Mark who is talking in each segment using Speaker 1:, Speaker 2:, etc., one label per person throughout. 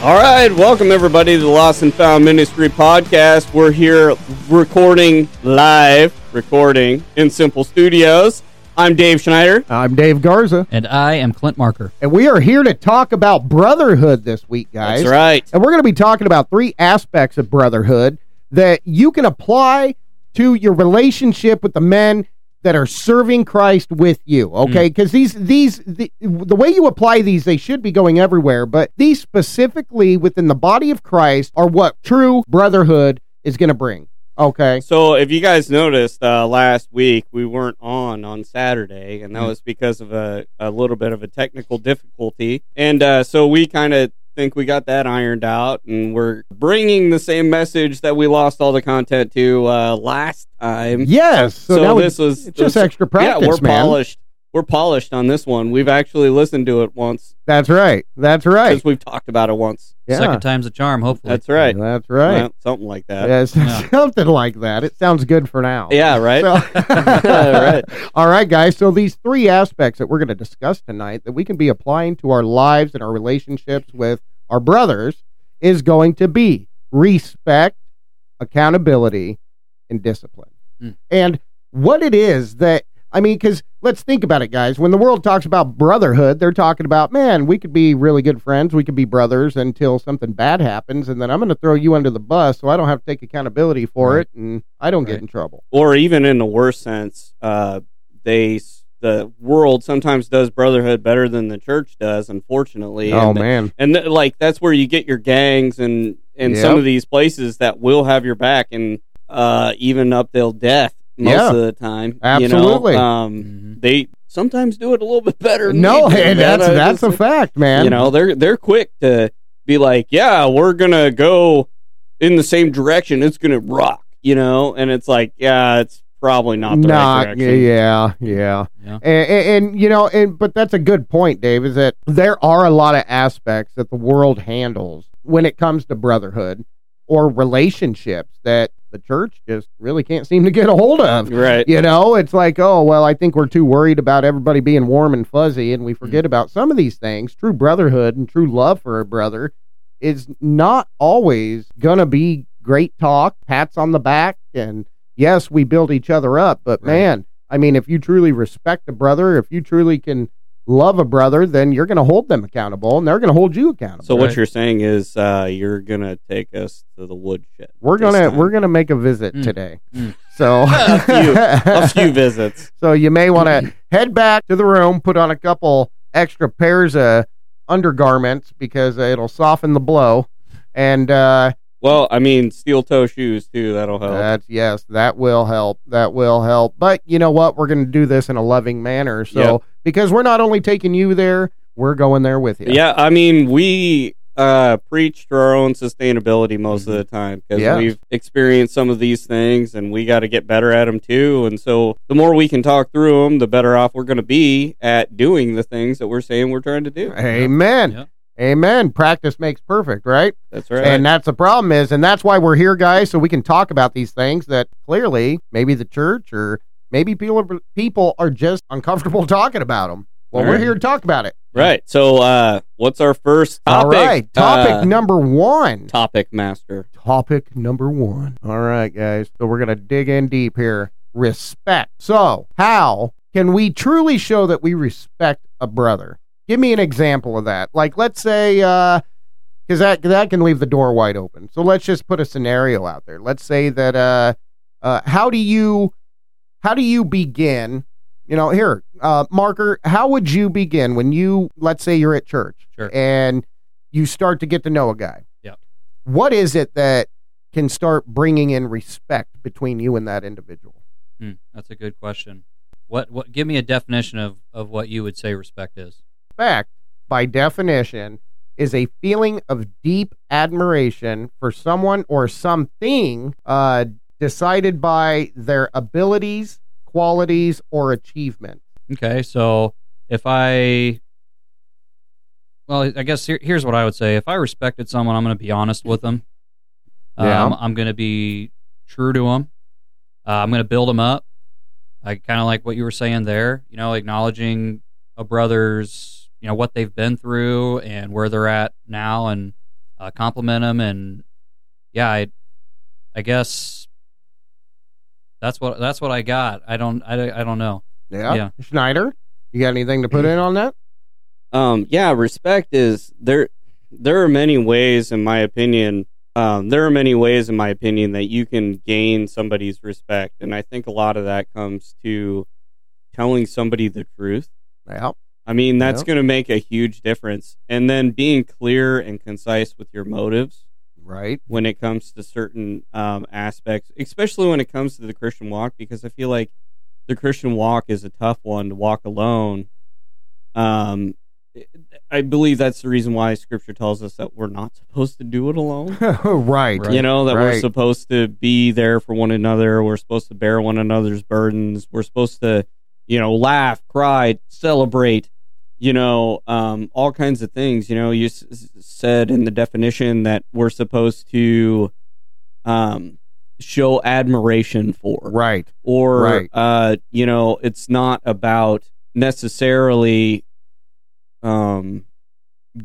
Speaker 1: All right, welcome everybody to the Lost and Found Ministry podcast. We're here recording live, recording in Simple Studios. I'm Dave Schneider.
Speaker 2: I'm Dave Garza,
Speaker 3: And I am Clint Marker.
Speaker 2: and we are here to talk about brotherhood this week, guys.
Speaker 1: That's right.
Speaker 2: And we're going to be talking about three aspects of brotherhood that you can apply to your relationship with the men that are serving Christ with
Speaker 1: Hmm.
Speaker 2: you, okay? Cuz these these the, the way you apply these they should be going everywhere, but these specifically within the body of Christ are what true brotherhood is going to bring. Okay.
Speaker 1: So, if you guys noticed uh, last week, we weren't on on Saturday,
Speaker 2: Mm.
Speaker 1: and that was because of a, a little bit of a technical difficulty. And uh, so, we kind of think we got that ironed out, and we're bringing the same message that we lost all the content to uh, last time.
Speaker 2: Yes. So,
Speaker 1: Mm-hmm. So,
Speaker 2: now we-
Speaker 1: this was
Speaker 2: it's just
Speaker 1: this-
Speaker 2: extra practice,
Speaker 1: Yeah, we're
Speaker 2: man.
Speaker 1: polished. We're polished on this one. We've actually listened to it once
Speaker 2: That's right. That's right.
Speaker 1: because we've talked about it once.
Speaker 2: Yeah.
Speaker 3: Second time's a charm, hopefully.
Speaker 1: That's right.
Speaker 2: That's right.
Speaker 1: Yeah, something like that.
Speaker 2: Yes,
Speaker 3: Yeah.
Speaker 2: something like that. It sounds good for now.
Speaker 1: Yeah, right.
Speaker 2: So-
Speaker 1: Right.
Speaker 2: All right, guys. So these three aspects that we're going to discuss tonight that we can be applying to our lives and our relationships with our brothers is going to be respect, accountability, and discipline.
Speaker 3: Mm.
Speaker 2: And what it is that I mean, because let's think about it, guys. When the world talks about brotherhood, they're talking about, man, we could be really good friends. We could be brothers until something bad happens. And then I'm going to throw you under the bus so I don't have to take accountability for
Speaker 3: Right.
Speaker 2: it and I don't
Speaker 3: Right.
Speaker 2: get in trouble.
Speaker 1: Or even in the worst sense, uh, they s- the world sometimes does brotherhood better than the church does. Unfortunately,
Speaker 2: Oh,
Speaker 1: and th-
Speaker 2: man.
Speaker 1: and th- like that's where you get your gangs and and some
Speaker 2: Yep.
Speaker 1: of these places that will have your back and uh, even up till death most
Speaker 2: Yeah.
Speaker 1: of the time.
Speaker 2: Absolutely.
Speaker 1: You know? um,
Speaker 3: Mhm.
Speaker 1: they sometimes do it a little bit better. than
Speaker 2: No,
Speaker 1: we do,
Speaker 2: hey,
Speaker 1: man.
Speaker 2: that's
Speaker 1: I
Speaker 2: that's
Speaker 1: just-
Speaker 2: a fact, man.
Speaker 1: You know, they're they're quick to be like, yeah, we're gonna go in the same direction. It's gonna rock. You know, and it's like, yeah, it's probably not the
Speaker 2: Not-
Speaker 1: right direction.
Speaker 2: yeah, yeah,
Speaker 3: Yeah.
Speaker 2: And, and, and, you know, and but that's a good point, Dave. Is that there are a lot of aspects that the world handles when it comes to brotherhood or relationships that the church just really can't seem to get a hold of.
Speaker 1: Right.
Speaker 2: You know, it's like, oh well, I think we're too worried about everybody being warm and fuzzy, and we forget
Speaker 1: Mm.
Speaker 2: about some of these things. True brotherhood and true love for a brother is not always gonna be great talk, pats on the back, and yes, we build each other up. But
Speaker 3: Right.
Speaker 2: man, I mean, if you truly respect a brother, if you truly can love a brother, then you're gonna hold them accountable, and they're gonna hold you accountable.
Speaker 1: So what
Speaker 3: Right.
Speaker 1: you're saying is uh, you're gonna take us to the woodshed.
Speaker 2: we're
Speaker 1: this
Speaker 2: gonna
Speaker 1: time.
Speaker 2: we're gonna make a visit
Speaker 3: Mm.
Speaker 2: today.
Speaker 3: Mm.
Speaker 2: So
Speaker 1: A few- a few visits.
Speaker 2: So you may want to head back to the room, put on a couple extra pairs of undergarments because it'll soften the blow. And uh,
Speaker 1: Well, I mean, steel toe shoes too. That'll help.
Speaker 2: that's yes, that will help. That will help. But you know what? We're going to do this in a loving manner. So
Speaker 1: Yep.
Speaker 2: because we're not only taking you there, we're going there with you.
Speaker 1: Yeah, I mean, we uh, preach to our own sustainability most of the time because
Speaker 2: Mm-hmm. Yeah.
Speaker 1: we've experienced some of these things and we got to get better at them too. And so, the more we can talk through them, the better off we're going to be at doing the things that we're saying we're trying to do.
Speaker 2: Amen.
Speaker 3: Yeah.
Speaker 2: Amen. Practice makes perfect, right?
Speaker 1: That's right.
Speaker 2: And that's the problem is, and that's why we're here, guys, so we can talk about these things that clearly maybe the church or maybe people are, people are just uncomfortable talking about them. Well,
Speaker 1: All
Speaker 2: we're
Speaker 1: right.
Speaker 2: here to talk about it.
Speaker 1: right. So, uh, what's our first topic?
Speaker 2: All right, topic
Speaker 1: Uh,
Speaker 2: number one.
Speaker 1: topic master.
Speaker 2: Topic number one. All right, guys. So we're gonna dig in deep here. Respect. So, how can we truly show that we respect a brother? Give me an example of that. Like, let's say, uh, because that that can leave the door wide open. So let's just put a scenario out there. Let's say that uh, uh, how do you how do you begin? You know, here, uh, marker. How would you begin when you let's say you're at church
Speaker 3: Sure.
Speaker 2: and you start to get to know a guy?
Speaker 3: Yeah.
Speaker 2: What is it that can start bringing in respect between you and that individual?
Speaker 3: Hmm, that's a good question. What what give me a definition of, of what you would say respect is.
Speaker 2: Respect, by definition, is a feeling of deep admiration for someone or something uh, decided by their abilities, qualities, or achievement.
Speaker 3: Okay, so if I well, I guess here, here's what I would say. If I respected someone, I'm going to be honest with them.
Speaker 2: Yeah.
Speaker 3: Um, I'm going to be true to them. Uh, I'm going to build them up. I kind of like what you were saying there, you know, acknowledging a brother's, you know, what they've been through and where they're at now and uh, compliment them, and yeah, I, I guess that's what that's what I got. I don't I, I don't know.
Speaker 2: Yeah.
Speaker 3: Yeah.
Speaker 2: Schneider, you got anything to put in on that?
Speaker 1: um yeah respect is there there are many ways in my opinion um there are many ways in my opinion that you can gain somebody's respect and i think a lot of that comes to telling somebody the truth
Speaker 2: Yeah.
Speaker 1: i mean that's
Speaker 2: Yeah.
Speaker 1: going to make a huge difference and then being clear and concise with your motives
Speaker 2: Right.
Speaker 1: when it comes to certain um, aspects, especially when it comes to the Christian walk, because I feel like the Christian walk is a tough one to walk alone. Um, I believe that's the reason why Scripture tells us that we're not supposed to do it alone.
Speaker 2: right.
Speaker 3: Right.
Speaker 1: You know that we're
Speaker 2: Right.
Speaker 1: supposed to be there for one another. We're supposed to bear one another's burdens. We're supposed to, you know, laugh, cry, celebrate. You know, um, all kinds of things. You know, you s- s- said in the definition that we're supposed to um, show admiration for
Speaker 2: Right.
Speaker 1: or
Speaker 2: Right.
Speaker 1: uh, you know, it's not about necessarily um,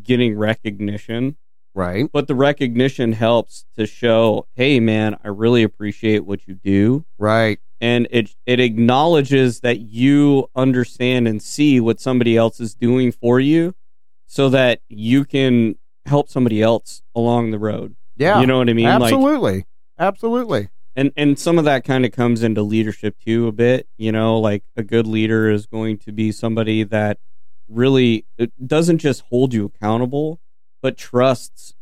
Speaker 1: getting recognition,
Speaker 2: Right.
Speaker 1: but the recognition helps to show, hey, man, I really appreciate what you do,
Speaker 2: Right.
Speaker 1: and it it acknowledges that you understand and see what somebody else is doing for you, so that you can help somebody else along the road.
Speaker 2: Yeah.
Speaker 1: You know what I mean? Like,
Speaker 2: absolutely. absolutely.
Speaker 1: and and some of that kind of comes into leadership too a bit you know like a good leader is going to be somebody that really it doesn't just hold you accountable but trusts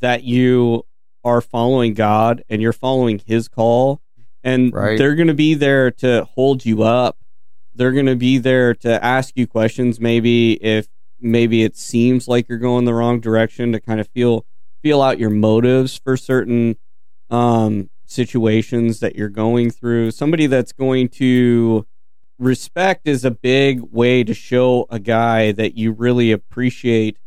Speaker 1: that you are following god and you're following his call and
Speaker 2: Right.
Speaker 1: they're going to be there to hold you up they're going to be there to ask you questions maybe if maybe it seems like you're going the wrong direction to kind of feel feel out your motives for certain um, situations that you're going through. Somebody that's going to respect is a big way to show a guy that you really appreciate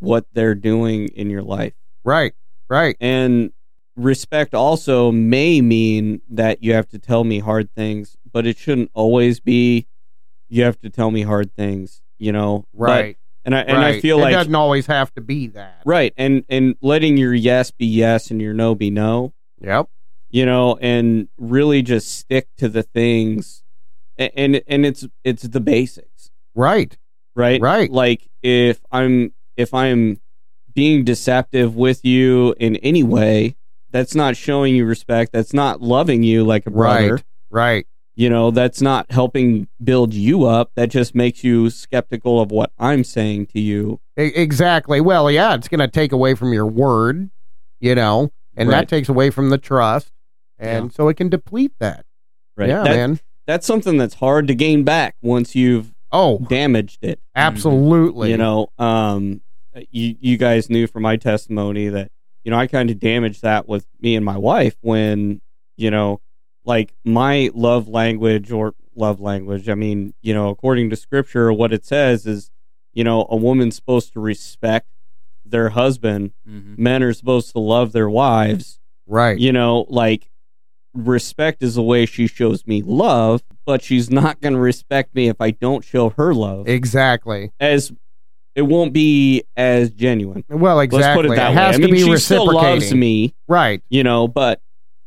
Speaker 1: what they're doing in your life.
Speaker 2: Right. Right.
Speaker 1: And respect also may mean that you have to tell me hard things, but it shouldn't always be you have to tell me hard things, you know. But-
Speaker 2: Right.
Speaker 1: and I and I
Speaker 2: right.
Speaker 1: feel
Speaker 2: it
Speaker 1: like
Speaker 2: doesn't always have to be that.
Speaker 1: right and and letting your yes be yes and your no be no
Speaker 2: Yep.
Speaker 1: you know, and really just stick to the things, and and, and it's it's the basics,
Speaker 2: Right.
Speaker 1: right?
Speaker 2: Right.
Speaker 1: Like if I'm if I'm being deceptive with you in any way, that's not showing you respect. That's not loving you like a brother.
Speaker 2: Right. Right.
Speaker 1: You know, that's not helping build you up. That just makes you skeptical of what I'm saying to you.
Speaker 2: E- exactly. Well, yeah, it's going to take away from your word, you know, and
Speaker 1: Right.
Speaker 2: that takes away from the trust, and so it can deplete that.
Speaker 1: Right?
Speaker 2: Yeah,
Speaker 1: That-
Speaker 2: man.
Speaker 1: That's something that's hard to gain back once you've
Speaker 2: Oh,
Speaker 1: damaged it.
Speaker 2: absolutely.
Speaker 1: you know um you you guys knew from my testimony that you know i kind of damaged that with me and my wife when you know like my love language or love language i mean you know according to scripture what it says is you know a woman's supposed to respect their husband
Speaker 3: Mm-hmm.
Speaker 1: men are supposed to love their wives
Speaker 2: right?
Speaker 1: you know like respect is the way she shows me love but she's not going to respect me if i don't show her love
Speaker 2: Exactly.
Speaker 1: as it won't be as genuine.
Speaker 2: Well, exactly.
Speaker 1: Let's put it that way.
Speaker 2: has
Speaker 1: I mean,
Speaker 2: to be
Speaker 1: she still
Speaker 2: reciprocating.
Speaker 1: loves me,
Speaker 2: Right.
Speaker 1: you know, but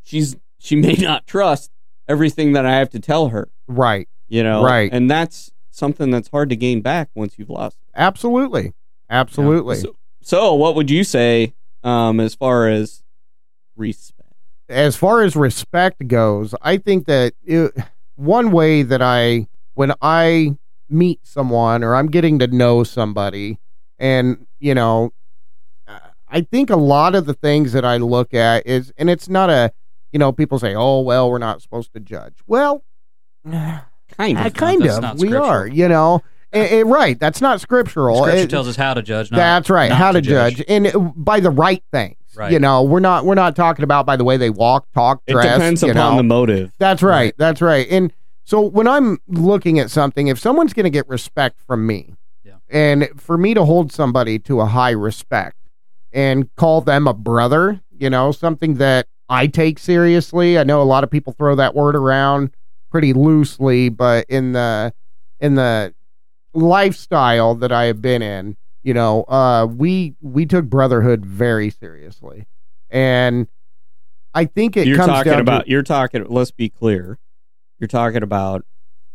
Speaker 1: she's she may not trust everything that I have to tell her,
Speaker 2: Right.
Speaker 1: you know,
Speaker 2: Right.
Speaker 1: And that's something that's hard to gain back once you've lost.
Speaker 2: Absolutely. Absolutely.
Speaker 1: So, so what would you say um, as far as respect?
Speaker 2: as far as respect goes, I think that it, one way that I, when I meet someone or I'm getting to know somebody, and, you know, uh, I think a lot of the things that I look at is, and it's not a, you know, people say, oh, well, we're not supposed to judge. Well,
Speaker 1: Kind
Speaker 2: I
Speaker 1: of.
Speaker 2: kind
Speaker 3: that's
Speaker 2: of,
Speaker 3: not
Speaker 2: we
Speaker 3: scriptural.
Speaker 2: are, you know, Eh, eh, right. That's not scriptural.
Speaker 3: Scripture
Speaker 2: It-
Speaker 3: tells us how to judge. Not,
Speaker 2: that's right.
Speaker 3: not
Speaker 2: How to
Speaker 3: to
Speaker 2: judge.
Speaker 3: judge.
Speaker 2: and uh, by the right things.
Speaker 3: Right.
Speaker 2: You know, we're not we're not talking about by the way they walk, talk,
Speaker 1: It
Speaker 2: dress.
Speaker 1: depends
Speaker 2: you
Speaker 1: upon
Speaker 2: know.
Speaker 1: the motive.
Speaker 2: That's right,
Speaker 3: Right.
Speaker 2: That's right. And so when I'm looking at something, if someone's going to get respect from me,
Speaker 3: Yeah.
Speaker 2: and for me to hold somebody to a high respect and call them a brother, you know, something that I take seriously. I know a lot of people throw that word around pretty loosely, but in the in the lifestyle that I have been in, you know uh we we took brotherhood very seriously and i think it
Speaker 1: you're
Speaker 2: comes
Speaker 1: talking
Speaker 2: down to-
Speaker 1: about you're talking let's be clear you're talking about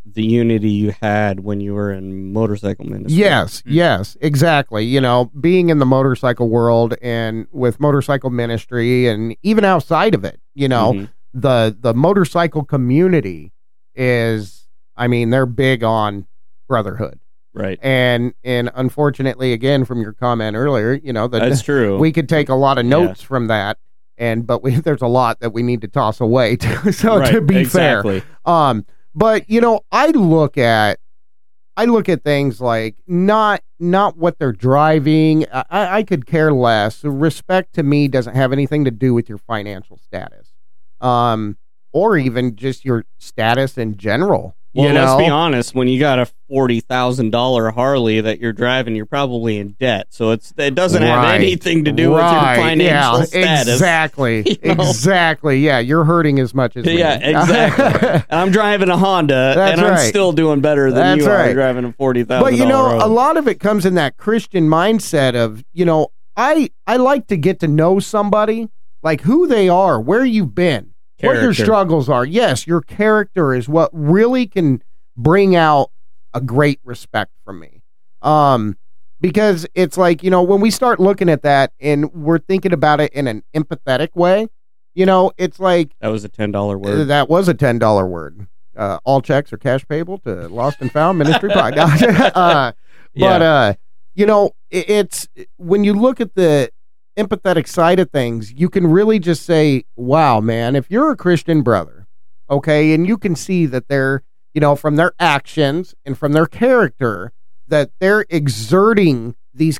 Speaker 1: the unity you had when you were in motorcycle ministry
Speaker 2: Yes,
Speaker 3: Mm.
Speaker 2: yes, exactly. You know, being in the motorcycle world and with motorcycle ministry and even outside of it, you know,
Speaker 1: Mhm.
Speaker 2: the the motorcycle community is I mean, they're big on brotherhood.
Speaker 1: right
Speaker 2: And and unfortunately again from your comment earlier, you know, that
Speaker 1: that's true
Speaker 2: we could take a lot of
Speaker 1: Yeah.
Speaker 2: notes from that and but we there's a lot that we need to toss away too. so
Speaker 1: right,
Speaker 2: to be fair.
Speaker 1: exactly.
Speaker 2: Um, but you know, I look at I look at things like not not what they're driving. I, I I could care less. Respect to me doesn't have anything to do with your financial status, um, or even just your status in general.
Speaker 1: well
Speaker 2: you know?
Speaker 1: let's be honest when you got a $40000 harley that you're driving you're probably in debt so it's it doesn't have
Speaker 2: Right.
Speaker 1: anything to do with
Speaker 2: Right,
Speaker 1: your financial
Speaker 2: yeah,
Speaker 1: status
Speaker 2: Exactly.
Speaker 1: You know?
Speaker 2: Exactly. Yeah, you're hurting as much as me.
Speaker 1: Yeah, exactly. And i'm driving a honda
Speaker 2: That's
Speaker 1: and i'm
Speaker 2: right.
Speaker 1: still doing better than
Speaker 2: That's
Speaker 1: you are
Speaker 2: right.
Speaker 1: driving a $40000
Speaker 2: but you know a
Speaker 1: Harley.
Speaker 2: lot of it comes in that christian mindset of you know i i like to get to know somebody like who they are where you've been what your
Speaker 1: Character.
Speaker 2: struggles are yes your character is what really can bring out a great respect from me um because it's like you know when we start looking at that and we're thinking about it in an empathetic way you know it's like
Speaker 1: that was a $10
Speaker 2: uh,
Speaker 1: word
Speaker 2: That was a ten dollar word. Uh, all checks are cash payable to Lost and Found Ministry Podcast. uh,
Speaker 1: Yeah.
Speaker 2: but uh, you know, it, it's when you look at the empathetic side of things, you can really just say, "Wow, man! If you're a Christian brother, okay, and you can see that they're, you know, from their actions and from their character, that they're exerting these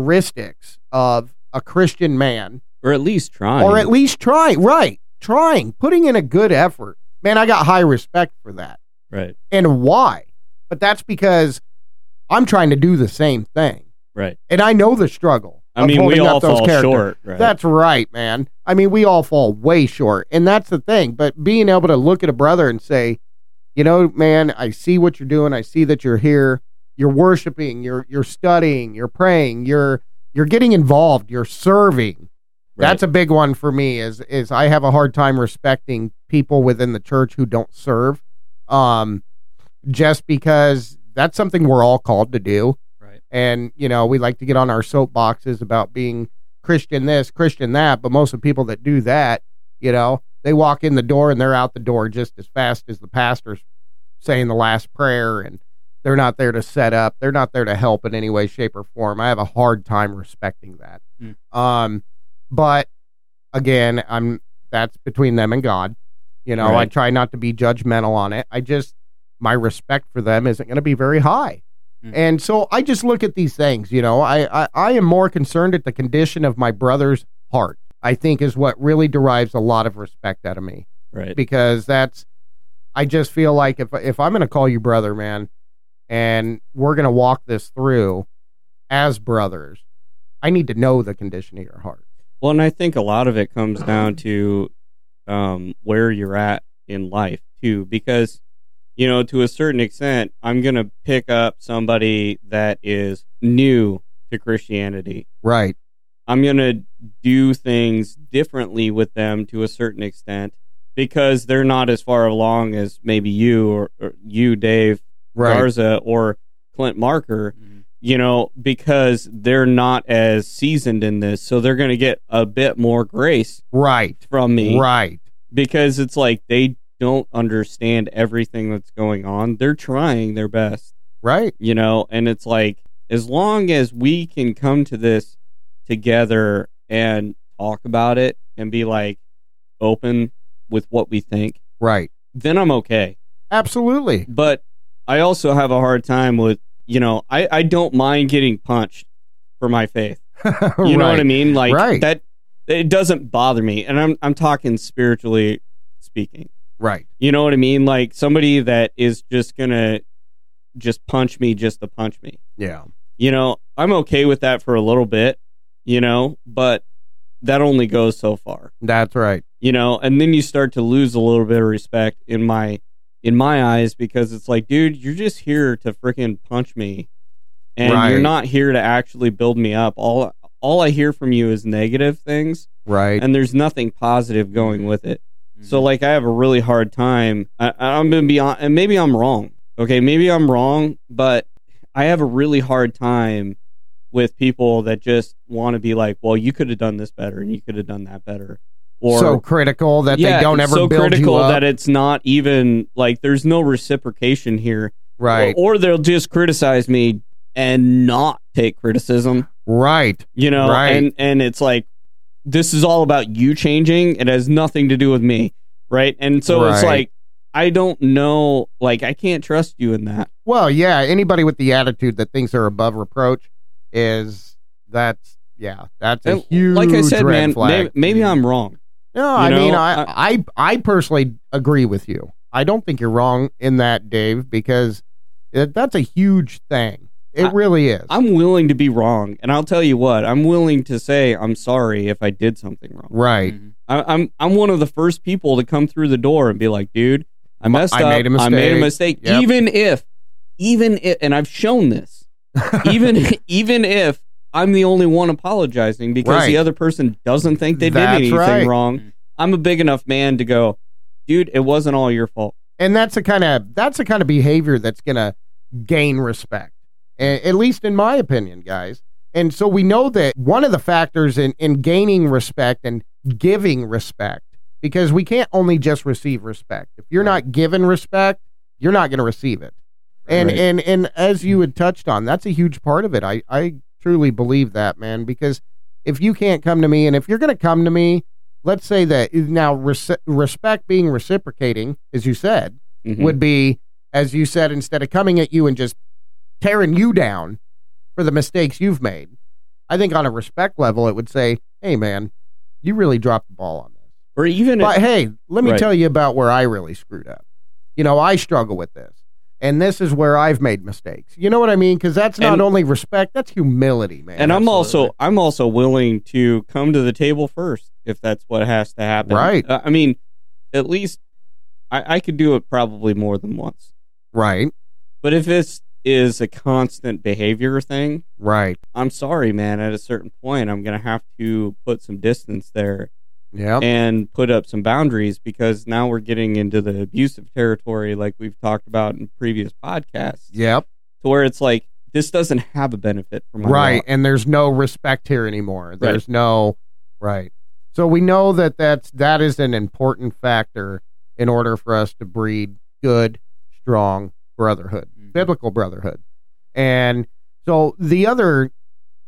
Speaker 2: characteristics of a Christian man
Speaker 1: or at least trying
Speaker 2: or at least trying. Right, trying, putting in a good effort. Man, I got high respect for that.
Speaker 1: right
Speaker 2: And why? But that's because I'm trying to do the same thing,
Speaker 1: right
Speaker 2: and I know the struggle.
Speaker 1: i
Speaker 2: of
Speaker 1: mean we
Speaker 2: holding
Speaker 1: all
Speaker 2: up those
Speaker 1: fall
Speaker 2: characters.
Speaker 1: short right
Speaker 2: That's right, man. I mean, we all fall way short, and that's the thing. But being able to look at a brother and say, you know, man, I see what you're doing. I see that you're here. You're worshiping. You're you're studying. You're praying. You're you're getting involved. You're serving.
Speaker 1: right.
Speaker 2: That's a big one for me. Is is I have a hard time respecting people within the church who don't serve, um, just because that's something we're all called to do.
Speaker 3: Right.
Speaker 2: And you know, we like to get on our soapboxes about being Christian this, Christian that, but most of the people that do that, you know, they walk in the door and they're out the door just as fast as the pastor's saying the last prayer and they're not there to set up. They're not there to help in any way, shape, or form. I have a hard time respecting that. Um, but again, I'm that's between them and God. You know, I
Speaker 1: Right.
Speaker 2: try not to be judgmental on it. I just my respect for them isn't going to be very high.
Speaker 3: Mm.
Speaker 2: And so I just look at these things, you know. I, I I am more concerned at the condition of my brother's heart. I think is what really derives a lot of respect out of me
Speaker 1: right
Speaker 2: because that's I just feel like if if I'm going to call you brother, man, and we're going to walk this through as brothers, I need to know the condition of your heart.
Speaker 1: Well, and I think a lot of it comes down to um, where you're at in life too, because you know, to a certain extent, I'm gonna pick up somebody that is new to Christianity.
Speaker 2: Right.
Speaker 1: I'm gonna do things differently with them to a certain extent because they're not as far along as maybe you or, or you, Dave Garza, or Clint Marker
Speaker 3: Mm-hmm.
Speaker 1: you know, because they're not as seasoned in this, so they're going to get a bit more grace
Speaker 2: Right.
Speaker 1: from me
Speaker 2: Right.
Speaker 1: because it's like they don't understand everything that's going on. They're trying their best,
Speaker 2: Right.
Speaker 1: you know, and it's like as long as we can come to this together and talk about it and be like open with what we think,
Speaker 2: Right.
Speaker 1: then I'm okay
Speaker 2: Absolutely.
Speaker 1: but I also have a hard time with you know I I don't mind getting punched for my faith. You know what I mean? Like
Speaker 2: Oh, Right.
Speaker 1: that it doesn't bother me, and I'm I'm talking spiritually speaking.
Speaker 2: Right.
Speaker 1: You know what I mean? Like somebody that is just gonna just punch me just to punch me.
Speaker 2: Yeah.
Speaker 1: You know I'm okay with that for a little bit. You know, but that only goes so far
Speaker 2: That's right.
Speaker 1: you know and then you start to lose a little bit of respect in my in my eyes because it's like dude you're just here to freaking punch me and
Speaker 2: Right.
Speaker 1: you're not here to actually build me up. All all I hear from you is negative things,
Speaker 2: Right. Mm-hmm.
Speaker 1: and there's nothing positive going with it. So like I have a really hard time. I, I'm gonna be on, and maybe I'm wrong. Okay, maybe I'm wrong, but I have a really hard time with people that just want to be like, well, you could have done this better, and you could have done that better, or
Speaker 2: so critical that
Speaker 1: yeah,
Speaker 2: they don't
Speaker 1: it's
Speaker 2: ever
Speaker 1: so
Speaker 2: build
Speaker 1: critical
Speaker 2: you up.
Speaker 1: that it's not even like there's no reciprocation here,
Speaker 2: right.
Speaker 1: Or, or they'll just criticize me and not take criticism,
Speaker 2: right.
Speaker 1: you know,
Speaker 2: Right.
Speaker 1: and and it's like this is all about you changing. It has nothing to do with me, right? And so it's
Speaker 2: Right.
Speaker 1: like I don't know, like I can't trust you in that.
Speaker 2: Well, yeah, anybody with the attitude that thinks they're above reproach is that's yeah, that's a
Speaker 1: And
Speaker 2: huge
Speaker 1: like I said,
Speaker 2: red
Speaker 1: man,
Speaker 2: flag.
Speaker 1: may- maybe I'm wrong.
Speaker 2: No,
Speaker 1: you
Speaker 2: I mean,
Speaker 1: know,
Speaker 2: I, I I personally agree with you. I don't think you're wrong in that, Dave, because it, that's a huge thing. It
Speaker 1: I-
Speaker 2: really is.
Speaker 1: I'm willing to be wrong, and I'll tell you what, I'm willing to say I'm sorry if I did something wrong.
Speaker 2: right.
Speaker 3: Mm-hmm.
Speaker 1: I, I'm I'm one of the first people to come through the door and be like, dude, I messed
Speaker 2: I
Speaker 1: up.
Speaker 2: made a
Speaker 1: I made a
Speaker 2: mistake."
Speaker 1: mistake.
Speaker 2: Yep.
Speaker 1: Even if, even if, and I've shown this. even even if I'm the only one apologizing because
Speaker 2: Right.
Speaker 1: the other person doesn't think they
Speaker 2: That's
Speaker 1: did anything
Speaker 2: right. Mm-hmm.
Speaker 1: wrong, I'm a big enough man to go, dude, it wasn't all your fault.
Speaker 2: and that's the kind of that's the kind of behavior that's gonna gain respect a- at least in my opinion guys and so we know that one of the factors in in gaining respect and giving respect because we can't only just receive respect if you're not given respect you're not going to receive it and
Speaker 1: Right.
Speaker 2: and and as you had touched on that's a huge part of it i i truly believe that man because if you can't come to me and if you're going to come to me let's say that now res- respect being reciprocating as you said
Speaker 1: Mhm.
Speaker 2: would be, as you said, instead of coming at you and just tearing you down for the mistakes you've made, I think on a respect level, it would say, hey, man, you really dropped the ball on this.
Speaker 1: or even if,
Speaker 2: But hey, let me
Speaker 1: Right.
Speaker 2: tell you about where I really screwed up. You know, I struggle with this. And this is where I've made mistakes. You know what I mean? Because that's not
Speaker 1: And-
Speaker 2: only respect, that's humility, man.
Speaker 1: and I'm
Speaker 3: Absolutely.
Speaker 1: also I'm also willing to come to the table first if that's what has to happen.
Speaker 2: Right.
Speaker 1: Uh, I mean, at least I, I could do it probably more than once.
Speaker 2: right,
Speaker 1: But if this is a constant behavior thing,
Speaker 2: right.
Speaker 1: I'm sorry, man. At a certain point, I'm gonna have to put some distance there
Speaker 2: Yeah.
Speaker 1: and put up some boundaries because now we're getting into the abusive territory, like we've talked about in previous podcasts,
Speaker 2: Yep.
Speaker 1: to where it's like this doesn't have a benefit for my
Speaker 2: Right.
Speaker 1: walk.
Speaker 2: And there's no respect here anymore. There's no right. So we know that that's that is an important factor in order for us to breed good, strong brotherhood,
Speaker 3: Mhm.
Speaker 2: biblical brotherhood. And so the other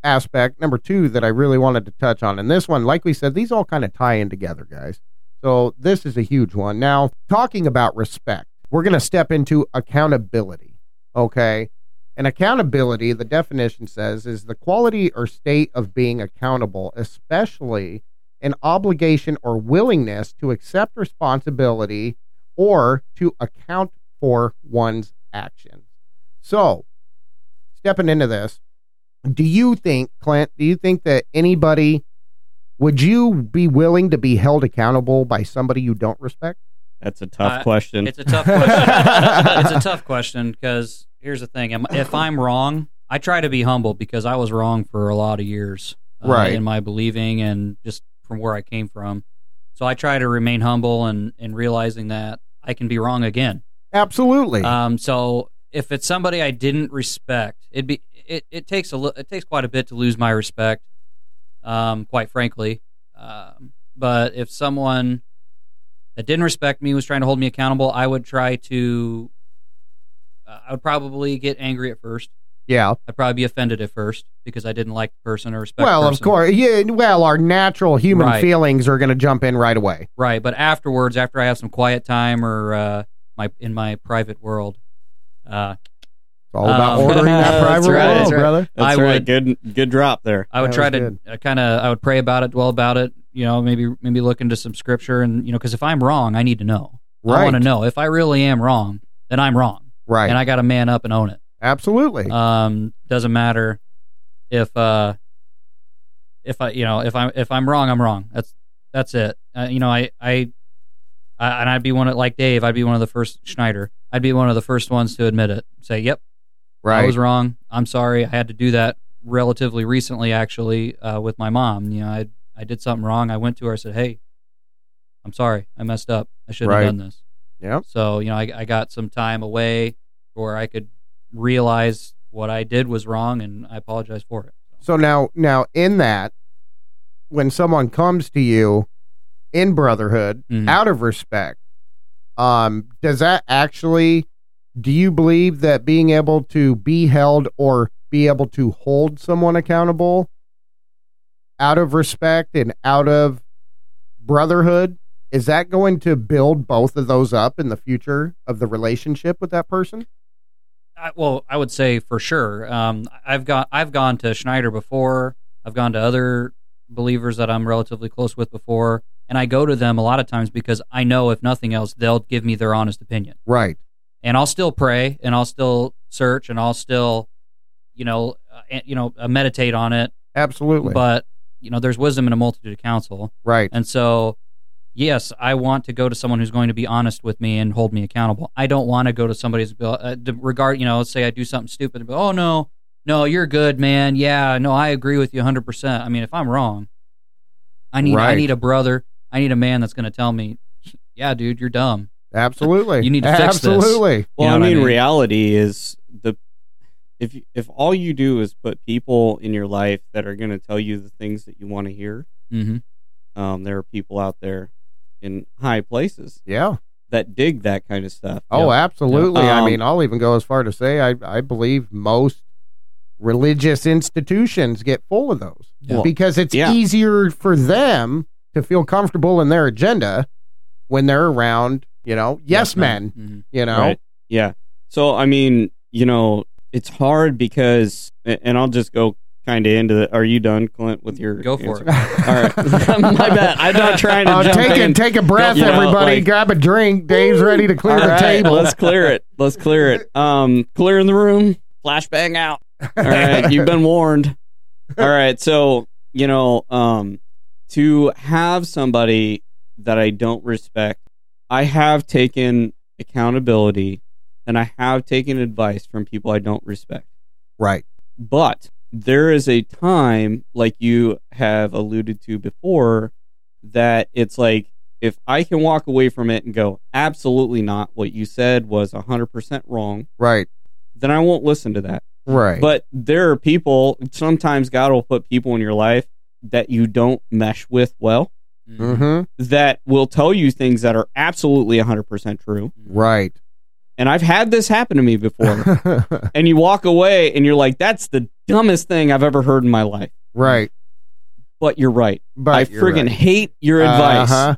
Speaker 2: aspect, number two, that I really wanted to touch on, and this one, like we said, these all kind of tie in together, guys. So this is a huge one. Now, talking about respect, we're going to step into accountability. Okay. And accountability, the definition says, is the quality or state of being accountable, especially an obligation or willingness to accept responsibility or to account for one's actions. So, stepping into this, do you think, Clint, do you think that anybody would you be willing to be held accountable by somebody you don't respect?
Speaker 1: That's a tough
Speaker 3: Uh,
Speaker 1: question.
Speaker 3: It's a tough question. it's a tough question because here's the thing: Am- if I'm wrong, I try to be humble because I was wrong for a lot of years, uh,
Speaker 2: Right.
Speaker 3: In my believing and just from where I came from, so I try to remain humble and and realizing that I can be wrong again.
Speaker 2: Absolutely.
Speaker 3: Um, so if it's somebody I didn't respect, it'd be it, it takes a li- it takes quite a bit to lose my respect, um, quite frankly. Um, but if someone that didn't respect me was trying to hold me accountable, I would try to. Uh, I would probably get angry at first.
Speaker 2: yeah.
Speaker 3: I'd probably be offended at first because I didn't like the person or respect.
Speaker 2: Well,
Speaker 3: the
Speaker 2: of
Speaker 3: person.
Speaker 2: course. Yeah, well, our natural human
Speaker 3: Right.
Speaker 2: feelings are going to jump in right away.
Speaker 3: Right, but afterwards, after I have some quiet time or uh, my in my private world, uh,
Speaker 2: It's all about
Speaker 3: Um,
Speaker 2: ordering that
Speaker 1: that's
Speaker 2: private
Speaker 1: right,
Speaker 2: world,
Speaker 1: that's right.
Speaker 2: brother.
Speaker 1: That's
Speaker 3: I
Speaker 1: right.
Speaker 3: would-
Speaker 1: Good good drop there.
Speaker 3: I would
Speaker 2: That
Speaker 3: try
Speaker 2: was
Speaker 3: to
Speaker 2: good.
Speaker 3: uh, kind of I would pray about it, dwell about it, you know, maybe maybe look into some scripture and you know because if I'm wrong, I need to know. I want to
Speaker 2: Right.
Speaker 3: know if I really am wrong, then I'm wrong,
Speaker 2: Right.
Speaker 3: and I got to man up and own it.
Speaker 2: Absolutely.
Speaker 3: Um, doesn't matter if uh if I you know if I'm if I'm wrong, I'm wrong. That's that's it. Uh, you know, I I. I, and I'd be one of, like Dave. I'd be one of the first Schneider. I'd be one of the first ones to admit it. Say, "Yep,
Speaker 2: Right.
Speaker 3: I was wrong. I'm sorry. I had to do that relatively recently, actually, uh, with my mom. You know, I I did something wrong. I went to her. I said, "Hey, I'm sorry. I messed up. I shouldn't
Speaker 2: Right.
Speaker 3: have done this."
Speaker 2: Yep.
Speaker 3: So you know, I, I got some time away where I could realize what I did was wrong, and I apologize for it.
Speaker 2: So now, now in that, when someone comes to you in brotherhood
Speaker 3: Mhm.
Speaker 2: out of respect, um, does that actually? Do you believe that being able to be held or be able to hold someone accountable out of respect and out of brotherhood is that going to build both of those up in the future of the relationship with that person?
Speaker 3: I, well, I would say for sure. Um, I've got I've gone to Schneider before. I've gone to other believers that I'm relatively close with before, and I go to them a lot of times because I know if nothing else, they'll give me their honest opinion.
Speaker 2: Right.
Speaker 3: And I'll still pray, and I'll still search, and I'll still, you know, uh, and- you know, uh, meditate on it.
Speaker 2: Absolutely.
Speaker 3: But you know, there's wisdom in a multitude of counsel,
Speaker 2: right.
Speaker 3: and so. Yes, I want to go to someone who's going to be honest with me and hold me accountable. I don't want to go to somebody's uh, to regard, you know, let's say I do something stupid, but oh no, no, you're good, man. Yeah, no, I agree with you 100%. I mean, if I'm wrong, I need I
Speaker 2: Right.
Speaker 3: need a brother. I need a man that's going to tell me, "Yeah, dude, you're dumb."
Speaker 2: Absolutely.
Speaker 3: You need to fix this.
Speaker 2: Absolutely.
Speaker 1: Well,
Speaker 3: know
Speaker 1: I
Speaker 3: what I
Speaker 1: mean,
Speaker 3: mean?
Speaker 1: reality is the if you- if all you do is put people in your life that are going to tell you the things that you want to hear,
Speaker 3: Mhm.
Speaker 1: um, there are people out there in high places
Speaker 2: Yeah.
Speaker 1: that dig that kind of stuff.
Speaker 2: Oh, absolutely.
Speaker 1: Yeah.
Speaker 2: I
Speaker 1: Um,
Speaker 2: mean, I'll even go as far to say I, I believe most religious institutions get full of those
Speaker 3: Yeah.
Speaker 2: because it's
Speaker 1: Yeah.
Speaker 2: easier for them to feel comfortable in their agenda when they're around, you know, yes, men,
Speaker 3: Mhm.
Speaker 2: you know.
Speaker 1: Right. Yeah. So I mean, you know, it's hard because, a- and I'll just go kind of into. The, are you done, Clint? With your
Speaker 3: Go for
Speaker 1: answer?
Speaker 3: it.
Speaker 1: All right, my bad. I'm not trying to
Speaker 2: Uh,
Speaker 1: jump
Speaker 2: take,
Speaker 1: in.
Speaker 2: a, take a breath,
Speaker 1: You know,
Speaker 2: everybody.
Speaker 1: like-
Speaker 2: Grab a drink. Dave's ready to clear
Speaker 1: All
Speaker 2: the
Speaker 1: right,
Speaker 2: table.
Speaker 1: Let's clear it. Let's clear it. Um, clear in the room. Flashbang out. All right, you've been warned. All right, so you know, um, to have somebody that I don't respect, I have taken accountability, and I have taken advice from people I don't respect.
Speaker 2: Right.
Speaker 1: But there is a time, like you have alluded to before, that it's like if I can walk away from it and go, absolutely not, what you said was 100% wrong,
Speaker 2: Right.
Speaker 1: then I won't listen to that.
Speaker 2: Right.
Speaker 1: But there are people, sometimes God will put people in your life that you don't mesh with well
Speaker 3: Mhm.
Speaker 2: hmm
Speaker 1: that will tell you things that are absolutely 100% true.
Speaker 2: Mm-hmm.
Speaker 3: Mm-hmm.
Speaker 2: Right.
Speaker 1: And I've had this happen to me before. and you walk away and you're like, that's the dumbest thing I've ever heard in my life.
Speaker 2: right.
Speaker 1: But you're right.
Speaker 2: But
Speaker 1: I
Speaker 2: you're
Speaker 1: friggin'
Speaker 2: right.
Speaker 1: hate your advice,
Speaker 2: Uh-huh.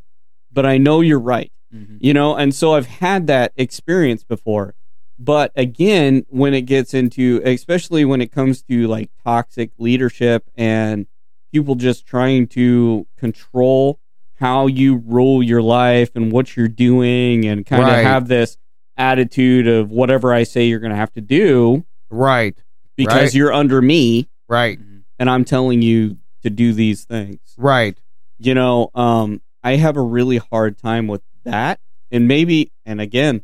Speaker 1: but I know you're right.
Speaker 3: Mhm.
Speaker 1: You know, and so I've had that experience before. But again, when it gets into, especially when it comes to like toxic leadership and people just trying to control how you rule your life and what you're doing and kind
Speaker 2: Right.
Speaker 1: of have this attitude of whatever I say you're going to have to do
Speaker 2: Right.
Speaker 1: because
Speaker 2: Right.
Speaker 1: you're under me
Speaker 2: Right.
Speaker 3: Mhm.
Speaker 1: and I'm telling you to do these things
Speaker 2: Right.
Speaker 1: you know, um, I have a really hard time with that. And maybe, and again,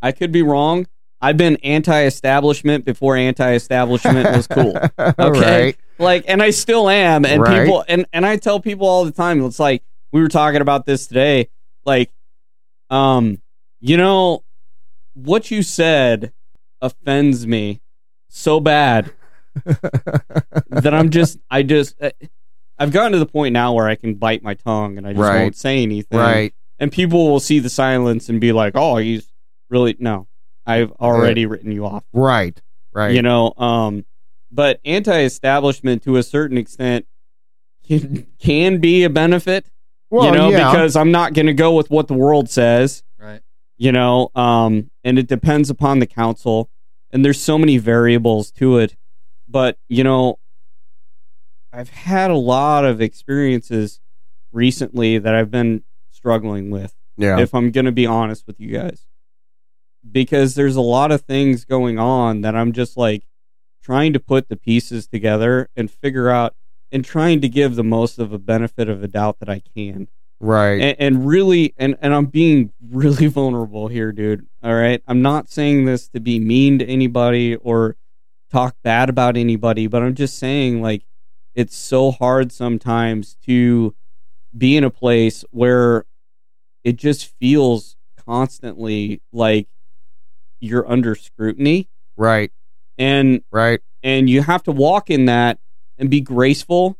Speaker 1: I could be wrong. I've been anti establishment before anti establishment was cool. Okay.
Speaker 2: Right.
Speaker 1: Like, and I still am. And
Speaker 2: Right.
Speaker 1: people, and, and I tell people all the time, it's like, we were talking about this today. Like, um, you know, what you said offends me so bad that I'm just, I just, uh, I've gotten to the point now where I can bite my tongue and I just
Speaker 2: Right.
Speaker 1: won't say anything.
Speaker 2: right.
Speaker 1: And people will see the silence and be like, oh, he's really, no, I've already written you off.
Speaker 2: Right. Right.
Speaker 1: You know, um, but anti establishment to a certain extent can, can be a benefit,
Speaker 2: well,
Speaker 1: you know,
Speaker 2: yeah.
Speaker 1: because I'm not going to go with what the world says,
Speaker 3: Right.
Speaker 1: you know, um, and it depends upon the council. And there's so many variables to it. But, you know, I've had a lot of experiences recently that I've been struggling with
Speaker 2: yeah.
Speaker 1: if I'm going to be honest with you guys. Because there's a lot of things going on that I'm just like trying to put the pieces together and figure out and trying to give the most of a benefit of a doubt that I can.
Speaker 2: right.
Speaker 1: And, and really, and, and I'm being really vulnerable here, dude. All right. I'm not saying this to be mean to anybody or talk bad about anybody, but I'm just saying like it's so hard sometimes to be in a place where it just feels constantly like you're under scrutiny
Speaker 2: Right.
Speaker 1: and
Speaker 2: Right.
Speaker 1: and you have to walk in that and be graceful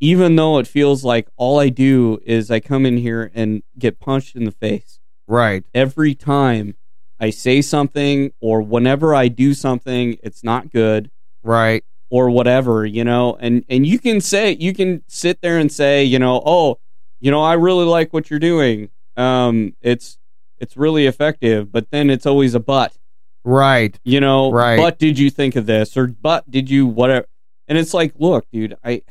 Speaker 1: even though it feels like all I do is I come in here and get punched in the face
Speaker 2: Right.
Speaker 1: every time I say something or whenever I do something, it's not good
Speaker 2: Right.
Speaker 1: or whatever, you know. And and you can say you can sit there and say, you know, oh, you know, I really like what you're doing. Um, it's it's really effective, but then it's always a but,
Speaker 2: Right.
Speaker 1: you know.
Speaker 2: Right.
Speaker 1: But did you think of this or but did you whatever? And it's like, look, dude, I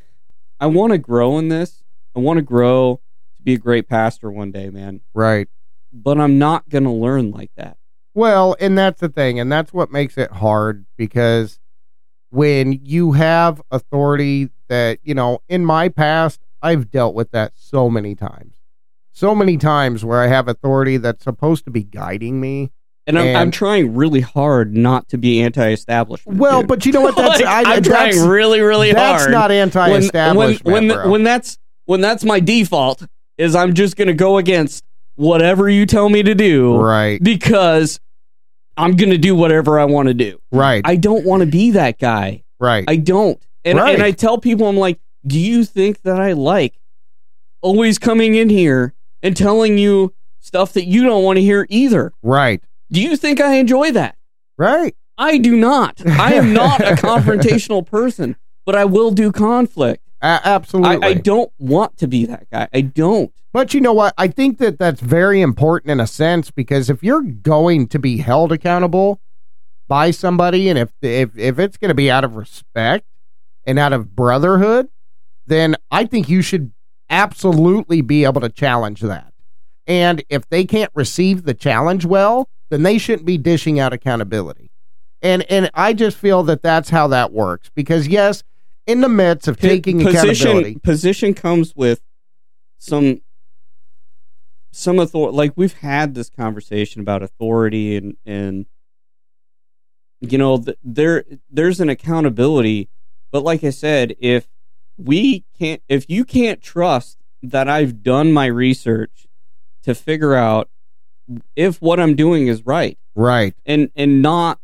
Speaker 1: I want to grow in this. I want to grow to be a great pastor one day, man.
Speaker 2: Right.
Speaker 1: But I'm not gonna learn like that.
Speaker 2: Well, and that's the thing, and that's what makes it hard because when you have authority that, you know, in my past, I've dealt with that so many times. So many times where I have authority that's supposed to be guiding me.
Speaker 1: And I'm, I'm
Speaker 2: And-
Speaker 1: trying really hard not to be anti-establishment.
Speaker 2: Well,
Speaker 1: dude.
Speaker 2: but you know what? That's
Speaker 1: Like,
Speaker 2: I,
Speaker 1: I'm
Speaker 2: that's,
Speaker 1: trying really, really
Speaker 2: that's
Speaker 1: hard.
Speaker 2: not anti-establishment,
Speaker 1: When, when,
Speaker 2: bro.
Speaker 1: when that's when that's my default is I'm just gonna go against whatever you tell me to do
Speaker 2: right,
Speaker 1: because I'm gonna do whatever I want to do.
Speaker 2: right,
Speaker 1: I don't want to be that guy.
Speaker 2: right,
Speaker 1: I don't. And
Speaker 2: Right.
Speaker 1: and I tell people I'm like, do you think that I like always coming in here and telling you stuff that you don't want to hear either?
Speaker 2: right,
Speaker 1: Do you think I enjoy that?
Speaker 2: right,
Speaker 1: I do not. I am not a confrontational person, but I will do conflict.
Speaker 2: A-
Speaker 1: I,
Speaker 2: absolutely.
Speaker 1: I don't want to be that guy. I don't.
Speaker 2: But you know what? I think that that's very important in a sense because if you're going to be held accountable by somebody, and if if if it's going to be out of respect and out of brotherhood, then I think you should absolutely be able to challenge that. And if they can't receive the challenge well, then they shouldn't be dishing out accountability. And and I just feel that that's how that works because yes, in the midst of
Speaker 1: P-
Speaker 2: taking accountability,
Speaker 1: position position comes with some some authority. Like we've had this conversation about authority and and you know th- there there's an accountability, but like I said, if we can't, if you can't trust that I've done my research to figure out if what I'm doing is right
Speaker 2: right?
Speaker 1: and and not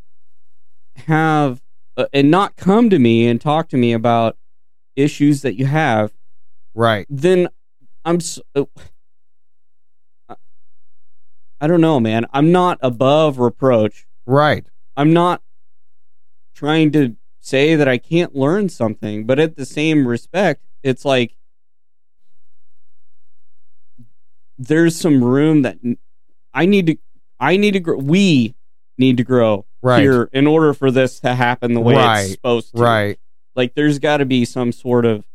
Speaker 1: have uh, and not come to me and talk to me about issues that you have
Speaker 2: Right.
Speaker 1: then i'm s uh, i don't know man i'm not above reproach
Speaker 2: Right.
Speaker 1: i'm not trying to say that i can't learn something but at the same respect it's like there's some room that n- i need to i need to grow we need to grow
Speaker 2: Right.
Speaker 1: here in order for this to happen the way
Speaker 2: Right,
Speaker 1: it's supposed to.
Speaker 2: Right.
Speaker 1: Like there's got to be some sort of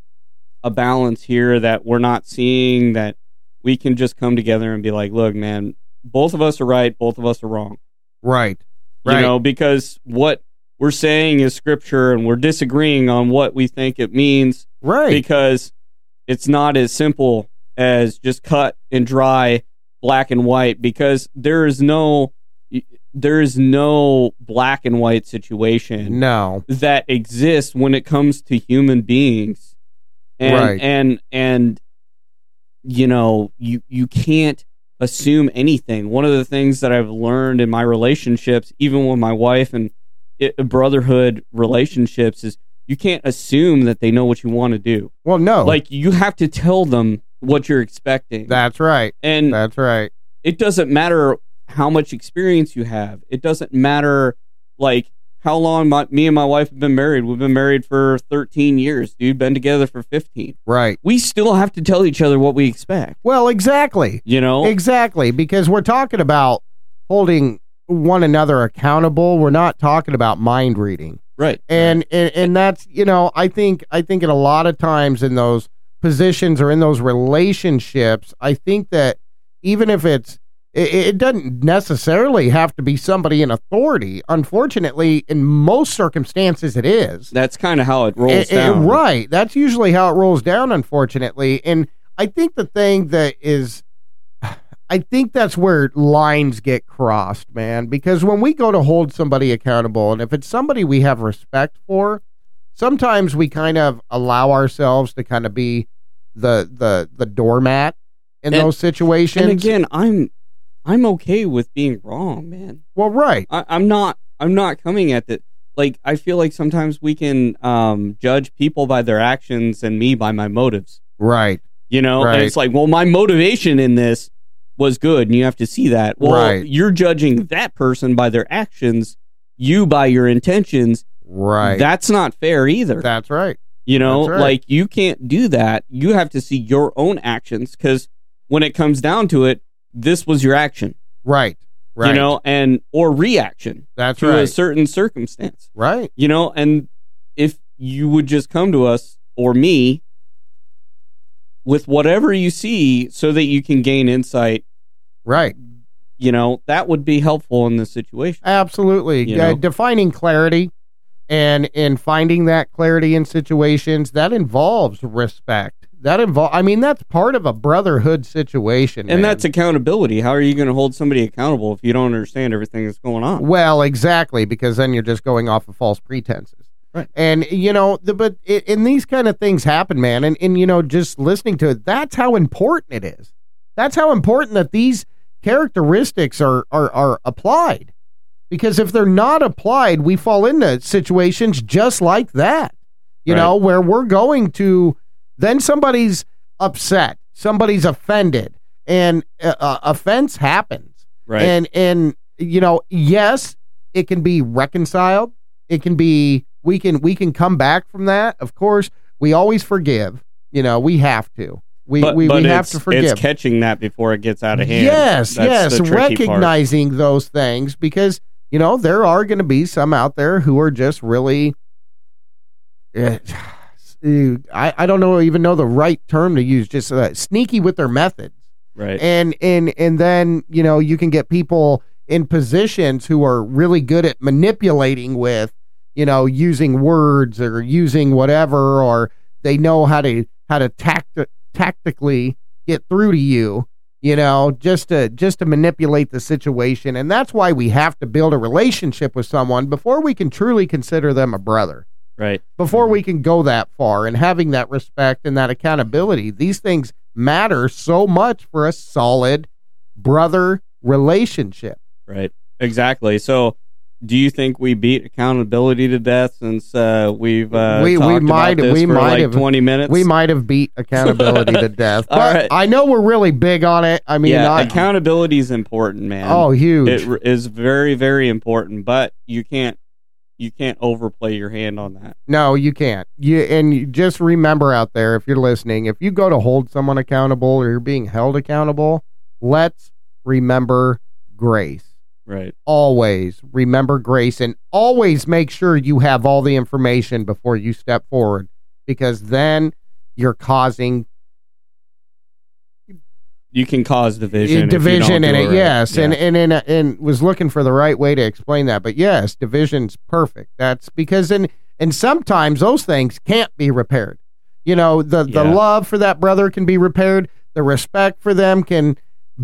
Speaker 1: a balance here that we're not seeing that we can just come together and be like, look, man, both of us are right, both of us are wrong.
Speaker 2: Right.
Speaker 1: You
Speaker 2: Right.
Speaker 1: know, because what we're saying is scripture and we're disagreeing on what we think it means
Speaker 2: Right.
Speaker 1: because it's not as simple as just cut and dry black and white because there is no there is no black and white situation
Speaker 2: no.
Speaker 1: that exists when it comes to human beings and
Speaker 2: Right.
Speaker 1: and and you know you you can't assume anything one of the things that i've learned in my relationships even with my wife and i brotherhood relationships is you can't assume that they know what you want to do
Speaker 2: Well, no.
Speaker 1: like you have to tell them what you're expecting.
Speaker 2: that's right.
Speaker 1: and
Speaker 2: That's right.
Speaker 1: it doesn't matter how much experience you have. It doesn't matter like how long my, me and my wife have been married. We've been married for 13 years, dude. Been together for 15.
Speaker 2: Right.
Speaker 1: We still have to tell each other what we expect.
Speaker 2: Well, exactly.
Speaker 1: You know,
Speaker 2: Exactly. Because we're talking about holding one another accountable. We're not talking about mind reading.
Speaker 1: right?
Speaker 2: And, and and that's you know I think I think in a lot of times in those positions or in those relationships I think that even if it's it, it doesn't necessarily have to be somebody in authority unfortunately in most circumstances it is
Speaker 1: that's kind of how it rolls
Speaker 2: It- it-
Speaker 1: down.
Speaker 2: right. That's usually how it rolls down, unfortunately. And I think the thing that is, I think that's where lines get crossed, man, because when we go to hold somebody accountable, and if it's somebody we have respect for, sometimes we kind of allow ourselves to kind of be the the the doormat in
Speaker 1: And-
Speaker 2: those situations.
Speaker 1: And again, I'm I'm okay with being wrong, man.
Speaker 2: well, right.
Speaker 1: I, I'm not I'm not coming at that. Like I feel like sometimes we can um, judge people by their actions and me by my motives.
Speaker 2: Right.
Speaker 1: You know, and
Speaker 2: Right.
Speaker 1: it's like, well, my motivation in this was good, and you have to see that. Well,
Speaker 2: Right.
Speaker 1: you're judging that person by their actions, you by your intentions.
Speaker 2: Right.
Speaker 1: That's not fair either.
Speaker 2: that's right.
Speaker 1: You know,
Speaker 2: That's right.
Speaker 1: like you can't do that. You have to see your own actions because when it comes down to it, this was your action,
Speaker 2: Right. Right.
Speaker 1: you know, and or reaction
Speaker 2: that's
Speaker 1: to
Speaker 2: right.
Speaker 1: a certain circumstance,
Speaker 2: right.
Speaker 1: you know. And if you would just come to us or me with whatever you see so that you can gain insight,
Speaker 2: Right.
Speaker 1: you know, that would be helpful in this situation.
Speaker 2: Absolutely.
Speaker 1: You
Speaker 2: Yeah,
Speaker 1: know?
Speaker 2: defining clarity and in finding that clarity in situations that involves respect. That involve I mean that's part of a brotherhood situation.
Speaker 1: And
Speaker 2: man.
Speaker 1: that's accountability. How are you going to hold somebody accountable if you don't understand everything that's going on?
Speaker 2: Well, exactly, because then you're just going off of false pretenses.
Speaker 1: Right.
Speaker 2: And you know, the, but it, and these kind of things happen, man. And and you know, just listening to it, that's how important it is. That's how important that these characteristics are are are applied. Because if they're not applied, we fall into situations just like that. You
Speaker 1: Right.
Speaker 2: know, where we're going to then somebody's upset, somebody's offended, and uh, uh, offense happens
Speaker 1: Right.
Speaker 2: and and you know yes it can be reconciled it can be we can we can come back from that of course we always forgive you know we have to we we, we have
Speaker 1: it's-
Speaker 2: to forgive
Speaker 1: It's catching that before it gets out of hand.
Speaker 2: Yes,
Speaker 1: That's
Speaker 2: yes,
Speaker 1: the tricky part.
Speaker 2: recognizing those things because you know there are going to be some out there who are just really. eh, I I don't know even know the right term to use. Just uh, sneaky with their methods,
Speaker 1: Right.
Speaker 2: and and and then you know you can get people in positions who are really good at manipulating with you know using words or using whatever or they know how to how to tact- tactically get through to you you know just to just to manipulate the situation and that's why we have to build a relationship with someone before we can truly consider them a brother
Speaker 1: right.
Speaker 2: before
Speaker 1: Mm-hmm.
Speaker 2: we can go that far and having that respect and that accountability these things matter so much for a solid brother relationship
Speaker 1: Right. Exactly. So, do you think we beat accountability to death since uh, we've uh,
Speaker 2: We- we
Speaker 1: talked
Speaker 2: might-
Speaker 1: about this
Speaker 2: we
Speaker 1: for
Speaker 2: might
Speaker 1: like
Speaker 2: have-
Speaker 1: twenty minutes?
Speaker 2: we might have beat accountability to death
Speaker 1: All
Speaker 2: but
Speaker 1: right.
Speaker 2: i know we're really big on it i mean
Speaker 1: yeah,
Speaker 2: I,
Speaker 1: accountability is important, man.
Speaker 2: oh huge
Speaker 1: it r- is very, very important. But you can't, you can't overplay your hand on that.
Speaker 2: No, you can't. You and you just remember out there if you're listening, if you go to hold someone accountable or you're being held accountable, let's remember grace.
Speaker 1: Right.
Speaker 2: Always remember grace and always make sure you have all the information before you step forward because then you're causing
Speaker 1: You can cause division. if you
Speaker 2: division
Speaker 1: don't
Speaker 2: in
Speaker 1: do
Speaker 2: it.
Speaker 1: right.
Speaker 2: Yes,
Speaker 1: Yeah.
Speaker 2: and and and uh, and was looking for the right way to explain that, but yes, division's perfect. That's because and and sometimes those things can't be repaired. You know, the the
Speaker 1: Yeah.
Speaker 2: love for that brother can be repaired. The respect for them can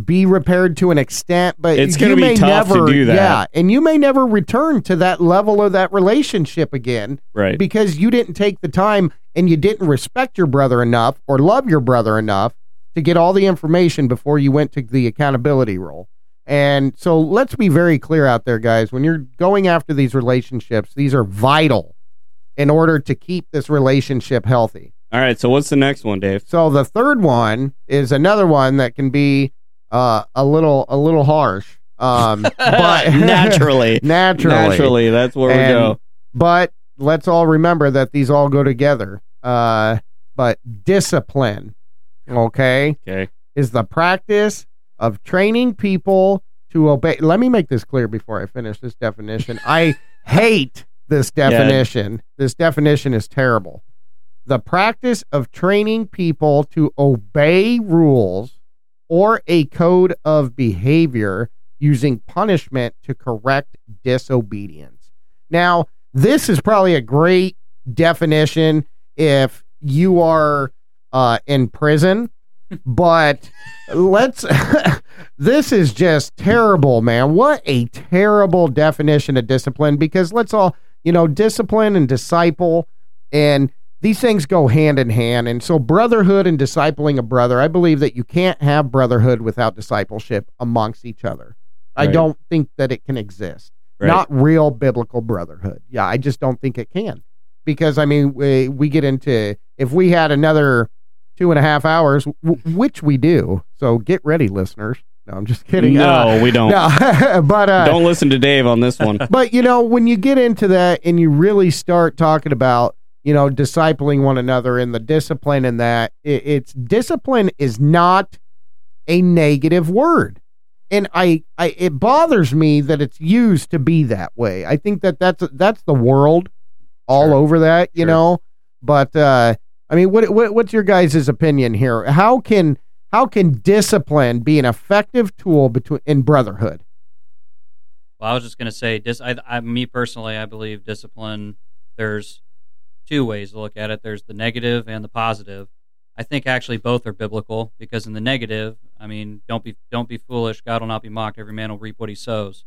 Speaker 2: be repaired to an extent, but
Speaker 1: It's
Speaker 2: you
Speaker 1: gonna be
Speaker 2: may
Speaker 1: tough to
Speaker 2: never,
Speaker 1: do that.
Speaker 2: Yeah, and you may never return to that level of that relationship again
Speaker 1: right.
Speaker 2: because you didn't take the time and you didn't respect your brother enough or love your brother enough to get all the information before you went to the accountability role. And so let's be very clear out there, guys. When you're going after these relationships, these are vital in order to keep this relationship healthy.
Speaker 1: All right. So, what's the next one, Dave?
Speaker 2: So the third one is another one that can be uh, a little a little harsh, um, but
Speaker 1: naturally,
Speaker 2: naturally,
Speaker 1: naturally, that's where
Speaker 2: And-
Speaker 1: we go.
Speaker 2: But let's all remember that these all go together. Uh, but discipline, okay,
Speaker 1: Okay.
Speaker 2: is the practice of training people to obey. Let me make this clear before I finish this definition. I hate this definition. This definition is terrible. The practice of training people to obey rules or a code of behavior using punishment to correct disobedience. Now, this is probably a great definition if you are uh, in prison but let's this is just terrible man what a terrible definition of discipline because let's all you know discipline and disciple and these things go hand in hand and so brotherhood and discipling a brother i believe that you can't have brotherhood without discipleship amongst each other i
Speaker 1: Right.
Speaker 2: don't think that it can exist
Speaker 1: Right.
Speaker 2: not real biblical brotherhood yeah i just don't think it can because i mean we, we get into if we had another two and a half hours, w- which we do. So get ready, listeners. No, I'm just kidding. Uh,
Speaker 1: No, we don't.
Speaker 2: no, but uh,
Speaker 1: Don't listen to Dave on this one.
Speaker 2: but you know when you get into that and you really start talking about you know discipling one another and the discipline and that it, it's discipline is not a negative word and I, I it bothers me that it's used to be that way i think that that's that's the world all
Speaker 1: Sure.
Speaker 2: over that you
Speaker 1: Sure.
Speaker 2: know but uh i mean what, what what's your guys' opinion here how can how can discipline be an effective tool between in brotherhood
Speaker 3: Well, I was just going to say, dis- I, I, me personally, I believe discipline. There's two ways to look at it. There's the negative and the positive. I think actually both are biblical because in the negative, I mean, don't be don't be foolish. God will not be mocked. Every man will reap what he sows.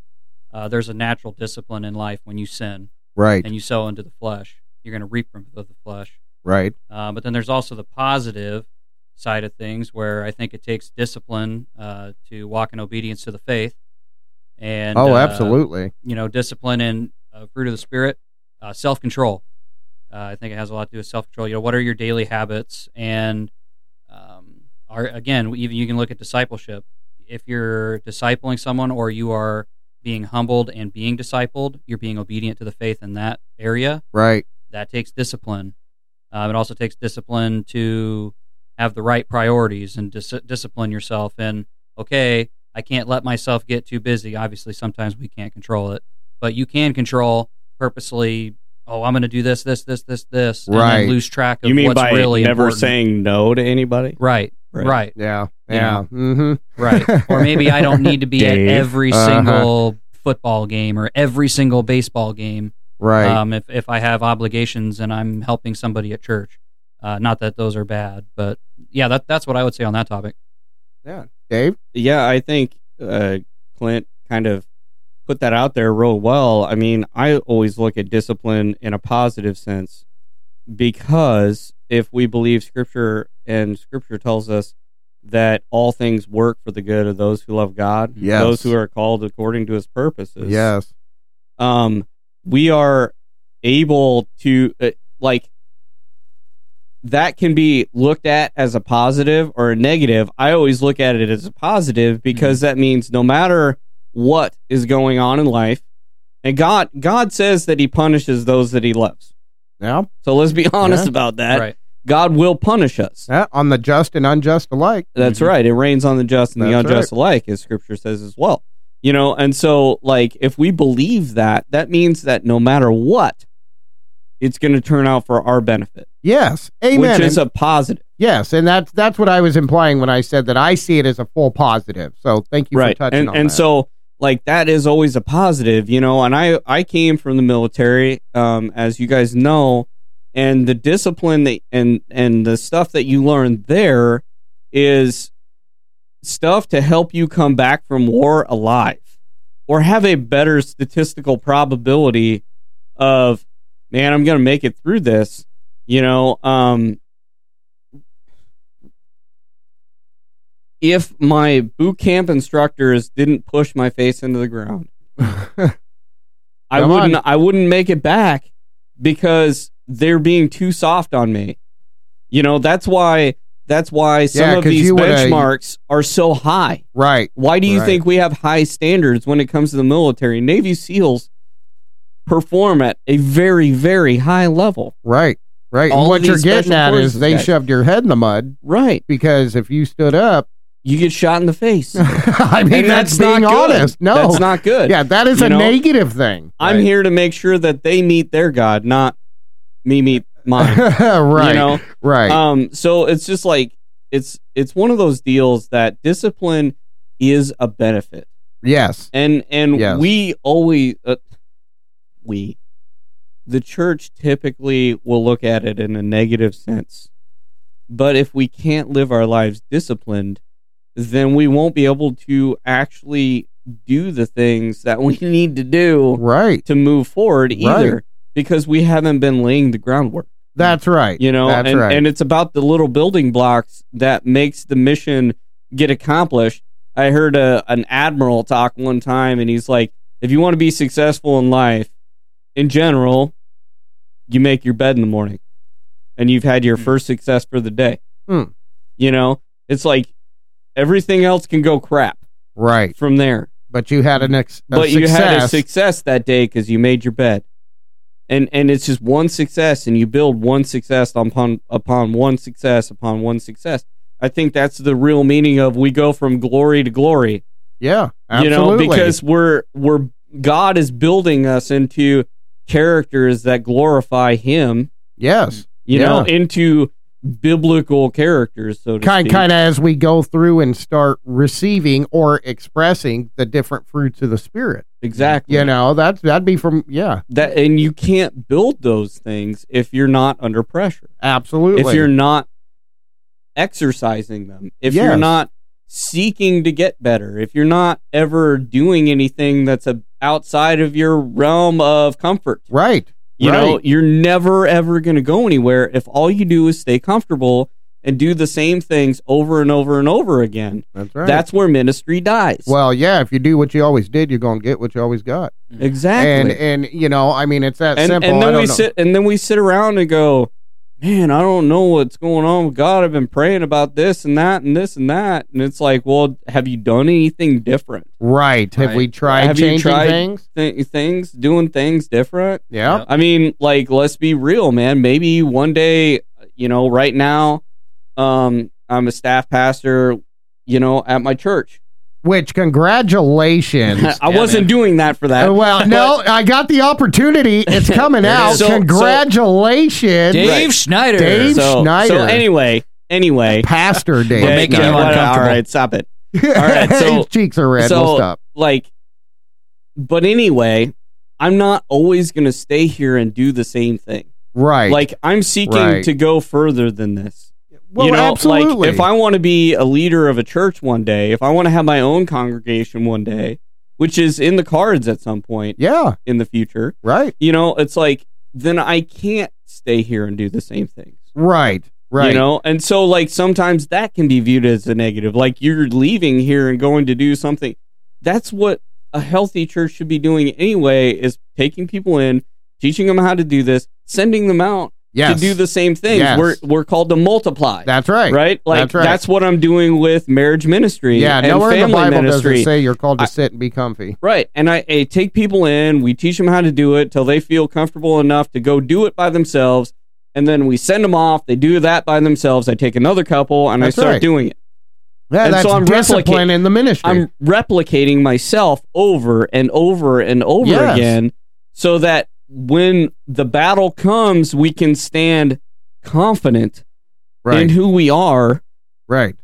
Speaker 3: Uh, there's a natural discipline in life when you sin
Speaker 2: right
Speaker 3: and you sow into the flesh. You're going to reap from the flesh.
Speaker 2: right
Speaker 3: Uh, but then there's also the positive side of things where I think it takes discipline uh, to walk in obedience to the faith. And
Speaker 2: oh,
Speaker 3: uh,
Speaker 2: absolutely.
Speaker 3: you know, discipline and uh, fruit of the spirit, uh, self control. Uh, I think it has a lot to do with self control. You know, what are your daily habits? And um, are again, even you can look at discipleship. If you're discipling someone, or you are being humbled and being discipled, you're being obedient to the faith in that area.
Speaker 2: Right.
Speaker 3: That takes discipline. Um, it also takes discipline to have the right priorities and dis- discipline yourself. And okay, I can't let myself get too busy. Obviously, sometimes we can't control it, but you can control purposely. Oh, I'm going to do this, this, this, this, this, and then
Speaker 2: Right.
Speaker 3: lose track of
Speaker 1: You mean
Speaker 3: what's
Speaker 1: by
Speaker 3: really
Speaker 1: never
Speaker 3: important.
Speaker 1: saying no to anybody?
Speaker 3: right, right,
Speaker 2: Yeah.
Speaker 3: You
Speaker 2: Yeah. Mm-hmm.
Speaker 3: right, or maybe I don't need to be at
Speaker 1: Dave.
Speaker 3: every
Speaker 2: Uh-huh.
Speaker 3: single football game or every single baseball game.
Speaker 2: Right.
Speaker 1: uh,
Speaker 3: um, if, if I have obligations and I'm helping somebody at church. Uh, not that those are bad, but yeah, that, that's what I would say on that topic.
Speaker 2: yeah. Dave.
Speaker 1: Yeah, I think uh, Clint kind of put that out there real well. I mean, I always look at discipline in a positive sense because if we believe Scripture and Scripture tells us that all things work for the good of those who love God,
Speaker 2: Yes.
Speaker 1: those who are called according to His purposes.
Speaker 2: Yes.
Speaker 1: um, we are able to uh, like that can be looked at as a positive or a negative. I always look at it as a positive because that means no matter what is going on in life, and God God says that He punishes those that He loves.
Speaker 2: Yeah.
Speaker 1: So let's be honest
Speaker 2: Yeah.
Speaker 1: about that.
Speaker 3: right.
Speaker 1: God will punish us.
Speaker 2: yeah. On the just and unjust alike.
Speaker 1: That's
Speaker 3: Mhm.
Speaker 1: right. It rains on the just and the
Speaker 2: Mm-hmm. That's
Speaker 1: unjust alike, as scripture says as well. You know, and so like if we believe that, that means that no matter what, it's going to turn out for our benefit,
Speaker 2: Yes. Amen.
Speaker 1: which is
Speaker 2: And-
Speaker 1: a positive.
Speaker 2: yes, and that's that's what I was implying when I said that I see it as a full positive. So thank you for touching
Speaker 1: and
Speaker 2: on
Speaker 1: and
Speaker 2: that.
Speaker 1: so like that is always a positive you know and i i came from the military um as you guys know and the discipline that and and the stuff that you learn there is stuff to help you come back from war alive or have a better statistical probability of man i'm gonna make it through this you know um if my boot camp instructors didn't push my face into the ground, I
Speaker 2: Come on.
Speaker 1: wouldn't I wouldn't make it back because they're being too soft on me. You know, that's why that's why some
Speaker 2: Yeah,
Speaker 1: of
Speaker 2: 'cause
Speaker 1: these
Speaker 2: you woulda-
Speaker 1: benchmarks are so high.
Speaker 2: right.
Speaker 1: Why do you
Speaker 2: Right.
Speaker 1: think we have high standards when it comes to the military? Navy SEALs perform at a very, very high level.
Speaker 2: Right. Right.
Speaker 1: All
Speaker 2: and
Speaker 1: of
Speaker 2: what
Speaker 1: these
Speaker 2: you're getting
Speaker 1: special
Speaker 2: at is
Speaker 1: forces
Speaker 2: they
Speaker 1: guys.
Speaker 2: shoved your head in the mud
Speaker 1: Right.
Speaker 2: because if you stood up,
Speaker 1: You get shot in the face.
Speaker 2: I mean
Speaker 1: And
Speaker 2: that's,
Speaker 1: not
Speaker 2: being
Speaker 1: good.
Speaker 2: honest. No,
Speaker 1: That's not good.
Speaker 2: yeah, that is
Speaker 1: You
Speaker 2: a
Speaker 1: know?
Speaker 2: negative thing.
Speaker 1: I'm
Speaker 2: Right.
Speaker 1: here to make sure that they meet their God, not me meet mine.
Speaker 2: right.
Speaker 1: You know?
Speaker 2: Right.
Speaker 1: Um, so it's just like it's it's one of those deals that discipline is a benefit.
Speaker 2: yes.
Speaker 1: And and
Speaker 2: Yes.
Speaker 1: we always uh, we the church typically will look at it in a negative sense. But if we can't live our lives disciplined, then we won't be able to actually do the things that we need to do
Speaker 2: Right.
Speaker 1: to move forward either
Speaker 2: Right.
Speaker 1: because we haven't been laying the groundwork.
Speaker 2: That's right.
Speaker 1: You know,
Speaker 2: That's
Speaker 1: and,
Speaker 2: right.
Speaker 1: and it's about the little building blocks that makes the mission get accomplished. I heard a, an admiral talk one time, and he's like, "If you want to be successful in life, in general, you make your bed in the morning, and you've had your
Speaker 3: Hmm.
Speaker 1: first success for the day."
Speaker 2: Hmm.
Speaker 1: You know, it's like everything else can go crap
Speaker 2: right.
Speaker 1: from there,
Speaker 2: But you had an ex- a
Speaker 1: but you had a
Speaker 2: success.
Speaker 1: success that day because you made your bed. And and it's just one success, and you build one success upon upon one success upon one success. I think that's the real meaning of we go from glory to glory.
Speaker 2: Yeah, absolutely.
Speaker 1: You know, because we're we're God is building us into characters that glorify Him.
Speaker 2: yes,
Speaker 1: You know, into biblical characters, so to
Speaker 2: kind
Speaker 1: speak.
Speaker 2: kind of as we go through and start receiving or expressing the different fruits of the spirit.
Speaker 1: exactly.
Speaker 2: You know, that's that'd be from yeah,
Speaker 1: that, and you can't build those things if you're not under pressure.
Speaker 2: absolutely.
Speaker 1: if you're not exercising them, if you're
Speaker 2: Yes.
Speaker 1: not seeking to get better, if you're not ever doing anything that's a, outside of your realm of comfort,
Speaker 2: right,
Speaker 1: you know,
Speaker 2: Right.
Speaker 1: you're never ever going to go anywhere if all you do is stay comfortable and do the same things over and over and over again.
Speaker 2: that's right.
Speaker 1: That's where ministry dies.
Speaker 2: well, yeah. If you do what you always did, you're gonna get what you always got.
Speaker 1: exactly.
Speaker 2: And and you know, I mean, it's that
Speaker 1: and,
Speaker 2: simple.
Speaker 1: and
Speaker 2: I
Speaker 1: then
Speaker 2: don't
Speaker 1: we
Speaker 2: know.
Speaker 1: sit and then we sit around and go, man, I don't know what's going on with God. I've been praying about this and that and this and that, and it's like, well, have you done anything different?
Speaker 2: right. Have we
Speaker 3: Right.
Speaker 2: tried
Speaker 1: Have you
Speaker 2: changing
Speaker 1: tried-
Speaker 2: things?
Speaker 1: Th- things doing things different.
Speaker 2: Yeah.
Speaker 3: Yeah.
Speaker 1: I mean, like, let's be real, man. Maybe one day, you know, right now, um, I'm a staff pastor, you know, at my church.
Speaker 2: Which congratulations.
Speaker 1: I wasn't
Speaker 3: man.
Speaker 1: doing that for that.
Speaker 2: Uh, well, no, I got the opportunity. It's coming
Speaker 3: There it
Speaker 2: out.
Speaker 1: is. So- so-
Speaker 2: congratulations,
Speaker 3: Dave
Speaker 1: Right.
Speaker 3: Schneider.
Speaker 2: Dave
Speaker 1: so,
Speaker 2: Schneider.
Speaker 1: so anyway, anyway,
Speaker 2: Pastor Dave.
Speaker 1: Yeah,
Speaker 3: making
Speaker 1: you know
Speaker 3: him
Speaker 1: what? All
Speaker 3: uncomfortable.
Speaker 1: right, stop it. right, so-
Speaker 2: His cheeks are red.
Speaker 1: so-
Speaker 2: we'll stop.
Speaker 1: like but anyway i'm not always going to stay here and do the same thing
Speaker 2: Right.
Speaker 1: like i'm seeking
Speaker 2: Right.
Speaker 1: to go further than this
Speaker 2: well,
Speaker 1: you know
Speaker 2: absolutely.
Speaker 1: like if i want to be a leader of a church one day if i want to have my own congregation one day which is in the cards at some point
Speaker 2: yeah,
Speaker 1: in the future
Speaker 2: right,
Speaker 1: you know it's like then i can't stay here and do the same things
Speaker 2: right, right.
Speaker 1: you know and so like sometimes that can be viewed as a negative like you're leaving here and going to do something that's what a healthy church should be doing anyway is taking people in teaching them how to do this sending them out
Speaker 2: yes,
Speaker 1: to do the same things
Speaker 2: Yes.
Speaker 1: we're we're called to multiply
Speaker 2: that's right.
Speaker 1: right like
Speaker 2: That's right.
Speaker 1: what i'm doing with marriage ministry
Speaker 2: Yeah,
Speaker 1: and
Speaker 2: nowhere
Speaker 1: family
Speaker 2: in the Bible
Speaker 1: ministry
Speaker 2: does it say you're called to
Speaker 1: I-
Speaker 2: sit and be comfy.
Speaker 1: Right. And I, I take people in, we teach them how to do it till they feel comfortable enough to go do it by themselves. And then we send them off. They do that by themselves. I take another couple and
Speaker 2: That's
Speaker 1: I start
Speaker 2: right.
Speaker 1: doing it.
Speaker 2: Yeah,
Speaker 1: And
Speaker 2: that's
Speaker 1: so I'm
Speaker 2: discipline
Speaker 1: replicating-
Speaker 2: in the ministry.
Speaker 1: I'm replicating myself over and over and over
Speaker 2: Yes.
Speaker 1: again so that when the battle comes, we can stand confident
Speaker 2: right,
Speaker 1: in who we are.
Speaker 2: right.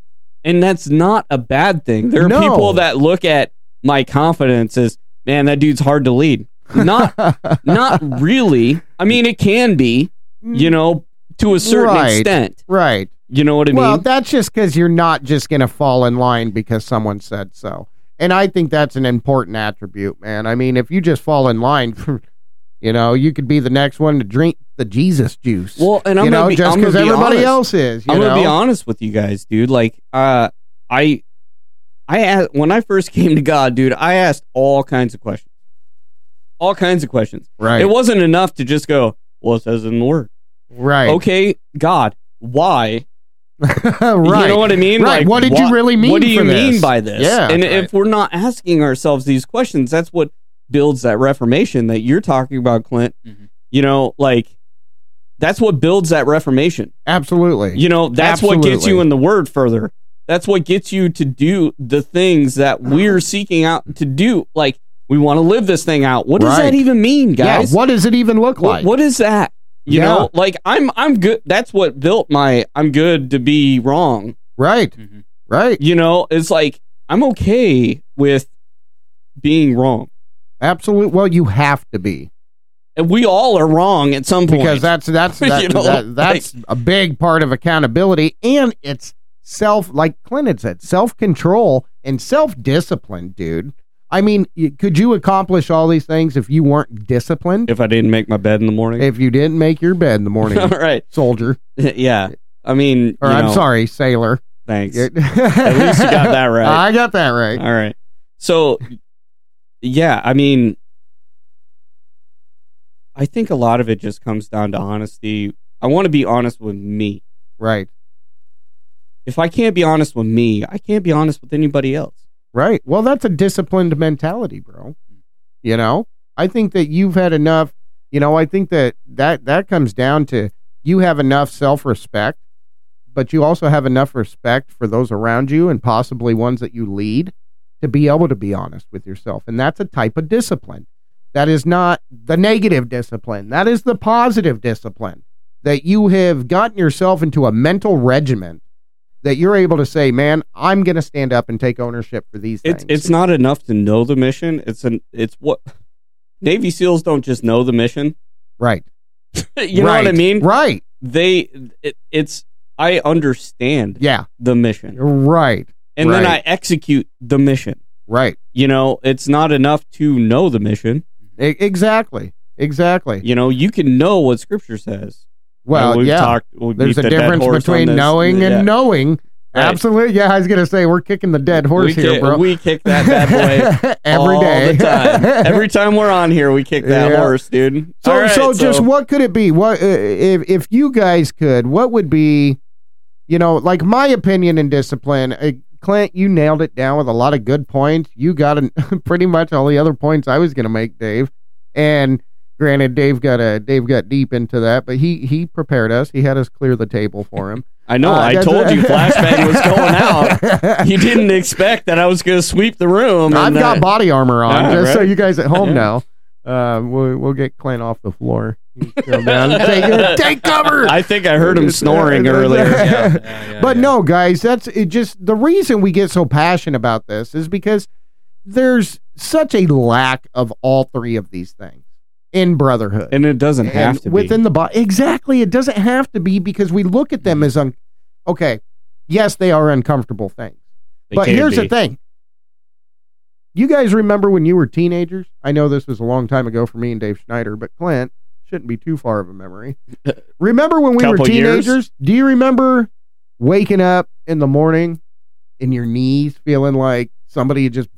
Speaker 1: And that's not a bad thing. There are
Speaker 2: No.
Speaker 1: people that look at my confidence as, man, that dude's hard to lead. Not not really. I mean, it can be, you know, to a certain
Speaker 2: Right.
Speaker 1: extent.
Speaker 2: right.
Speaker 1: You know what I
Speaker 2: Well,
Speaker 1: mean?
Speaker 2: that's just because you're not just going to fall in line because someone said so. And I think that's an important attribute, man. I mean, if you just fall in line, you know, you could be the next one to drink the Jesus juice.
Speaker 1: Well, and I'm
Speaker 2: you know,
Speaker 1: gonna be,
Speaker 2: just
Speaker 1: I'm gonna
Speaker 2: because
Speaker 1: be
Speaker 2: everybody
Speaker 1: honest.
Speaker 2: else is. You
Speaker 1: I'm
Speaker 2: know?
Speaker 1: gonna be honest with you guys, dude. Like, uh, I, I asked, when I first came to God, dude, I asked all kinds of questions, all kinds of questions.
Speaker 2: Right.
Speaker 1: It wasn't enough to just go, "Well, it says in the Word."
Speaker 2: right.
Speaker 1: Okay, God, why?
Speaker 2: right.
Speaker 1: You know what I mean?
Speaker 2: Right.
Speaker 1: Like,
Speaker 2: what did you
Speaker 1: why-
Speaker 2: really mean?
Speaker 1: What do you
Speaker 2: for this?
Speaker 1: mean by this?
Speaker 2: Yeah.
Speaker 1: and
Speaker 3: right.
Speaker 1: if we're not asking ourselves these questions, that's what builds that reformation that you're talking about, Clint.
Speaker 3: Mhm.
Speaker 1: You know, like that's what builds that reformation.
Speaker 2: Absolutely.
Speaker 1: You know, that's what gets
Speaker 2: Absolutely.
Speaker 1: you in the word further. That's what gets you to do the things that we're seeking out to do. Like we want to live this thing out. What does
Speaker 2: Right.
Speaker 1: that even mean,
Speaker 2: yeah.
Speaker 1: guys?
Speaker 2: What does it even look
Speaker 1: Wh-
Speaker 2: like?
Speaker 1: what is that? You
Speaker 2: Yeah.
Speaker 1: know, like I'm I'm good. That's what built my I'm good to be wrong
Speaker 2: Right.
Speaker 3: Mhm.
Speaker 2: Right.
Speaker 1: you know it's like i'm okay with being wrong
Speaker 2: Absolutely. Well, you have to be.
Speaker 1: And we all are wrong at some point.
Speaker 2: because that's that's
Speaker 1: You
Speaker 2: that,
Speaker 1: know,
Speaker 2: that, that's a big part of accountability and it's self like Clinton said self control and self discipline dude I mean y- could you accomplish all these things if you weren't disciplined
Speaker 1: if I didn't make my bed in the morning.
Speaker 2: if you didn't make your bed in the morning
Speaker 1: all right.
Speaker 2: soldier
Speaker 1: Yeah. I mean,
Speaker 2: or
Speaker 1: you
Speaker 2: I'm
Speaker 1: know,
Speaker 2: sorry sailor
Speaker 1: Thanks.
Speaker 2: at
Speaker 1: At least
Speaker 2: least
Speaker 1: you got that right.
Speaker 2: I got that right
Speaker 1: All right. So, yeah, I mean, I think a lot of it just comes down to honesty. I want to be honest with me.
Speaker 2: right
Speaker 1: If I can't be honest with me, I can't be honest with anybody else.
Speaker 2: Right. Well, that's a disciplined mentality, bro. You know, I think that you've had enough. You know, I think that that that comes down to you have enough self respect, but you also have enough respect for those around you and possibly ones that you lead to be able to be honest with yourself. And that's a type of discipline. That is not the negative discipline. That is the positive discipline that you have gotten yourself into a mental regiment that you're able to say, man, I'm going to stand up and take ownership for these
Speaker 1: It's
Speaker 2: things.
Speaker 1: it's not enough to know the mission. It's an it's what Navy SEALs don't just know the mission.
Speaker 2: right.
Speaker 1: you know what I
Speaker 2: Right.
Speaker 1: mean?
Speaker 2: Right.
Speaker 1: They it, it's I understand
Speaker 2: Yeah.
Speaker 1: the mission,
Speaker 2: Right.
Speaker 1: and then I
Speaker 2: Right.
Speaker 1: execute the mission.
Speaker 2: Right.
Speaker 1: You know, it's not enough to know the mission.
Speaker 2: E- exactly. Exactly.
Speaker 1: You know, you can know what Scripture says. You know,
Speaker 2: Well,
Speaker 1: we've
Speaker 2: yeah.
Speaker 1: talked- we
Speaker 2: There's
Speaker 1: beat
Speaker 2: a
Speaker 1: the dead
Speaker 2: difference
Speaker 1: horse on
Speaker 2: between
Speaker 1: this.
Speaker 2: knowing
Speaker 1: Yeah.
Speaker 2: and knowing.
Speaker 1: Right.
Speaker 2: Absolutely. Yeah, I was going to say we're kicking the dead horse
Speaker 1: we
Speaker 2: here,
Speaker 1: kick,
Speaker 2: bro.
Speaker 1: We kick that bad boy
Speaker 2: every
Speaker 1: all
Speaker 2: day.
Speaker 1: the time. Every time we're on here, we kick that
Speaker 2: Yeah.
Speaker 1: horse, dude.
Speaker 2: so,
Speaker 1: All right,
Speaker 2: so just what could it be? What uh, if if you guys could? What would be? You know, like my opinion and discipline. Uh, Clint, you nailed it down with a lot of good points. You got an, pretty much all the other points I was going to make, Dave. And granted, Dave got a Dave got deep into that, but he he prepared us. He had us clear the table for him.
Speaker 1: I know.
Speaker 2: Uh,
Speaker 1: I
Speaker 2: that's-
Speaker 1: told you flashbang was going out. You didn't expect that I was going to sweep the room.
Speaker 2: I've
Speaker 1: and,
Speaker 2: got
Speaker 1: uh,
Speaker 2: body armor on,
Speaker 1: Ah,
Speaker 2: just so
Speaker 1: right.
Speaker 2: you guys at home
Speaker 1: Yeah.
Speaker 2: know. Uh, we'll, we'll get Clint off the floor. You come down and take, take cover.
Speaker 1: I think I heard him snoring earlier.
Speaker 3: Yeah, yeah, yeah,
Speaker 2: but
Speaker 3: yeah.
Speaker 2: no, guys, that's it. Just the reason we get so passionate about this is because there's such a lack of all three of these things in brotherhood
Speaker 1: And it doesn't have
Speaker 2: and
Speaker 1: to
Speaker 2: within
Speaker 1: be.
Speaker 2: the body. Exactly, it doesn't have to be because we look at
Speaker 1: Mm-hmm.
Speaker 2: them as un. Okay, yes, they are uncomfortable things
Speaker 1: They
Speaker 2: but
Speaker 1: can
Speaker 2: here's
Speaker 1: be.
Speaker 2: the thing. You guys remember when you were teenagers? I know this was a long time ago for me and Dave Schneider, but Clint shouldn't be too far of a memory. remember when we were
Speaker 1: Couple years.
Speaker 2: teenagers? Do you remember waking up in the morning and your knees feeling like somebody had just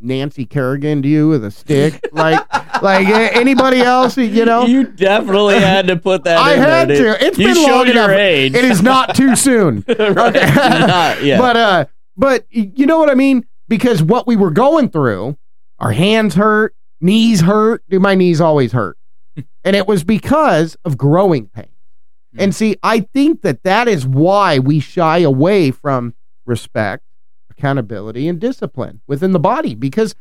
Speaker 2: Nancy Kerrigan to you with a stick? like like eh, anybody else, you know?
Speaker 1: You definitely had to put that
Speaker 2: I
Speaker 1: in there,
Speaker 2: had
Speaker 1: dude.
Speaker 2: to. It's
Speaker 1: you
Speaker 2: been long
Speaker 1: showed
Speaker 2: enough.
Speaker 1: your age.
Speaker 2: It is not too soon.
Speaker 1: Right.
Speaker 2: Okay.
Speaker 1: Not yet.
Speaker 2: But uh but y- you know what I mean? Because what we were going through, our hands hurt, knees hurt, dude, my knees always hurt. and it was because of growing pain.
Speaker 1: Hmm.
Speaker 2: And see, I think that that is why we shy away from respect, accountability and discipline within the body because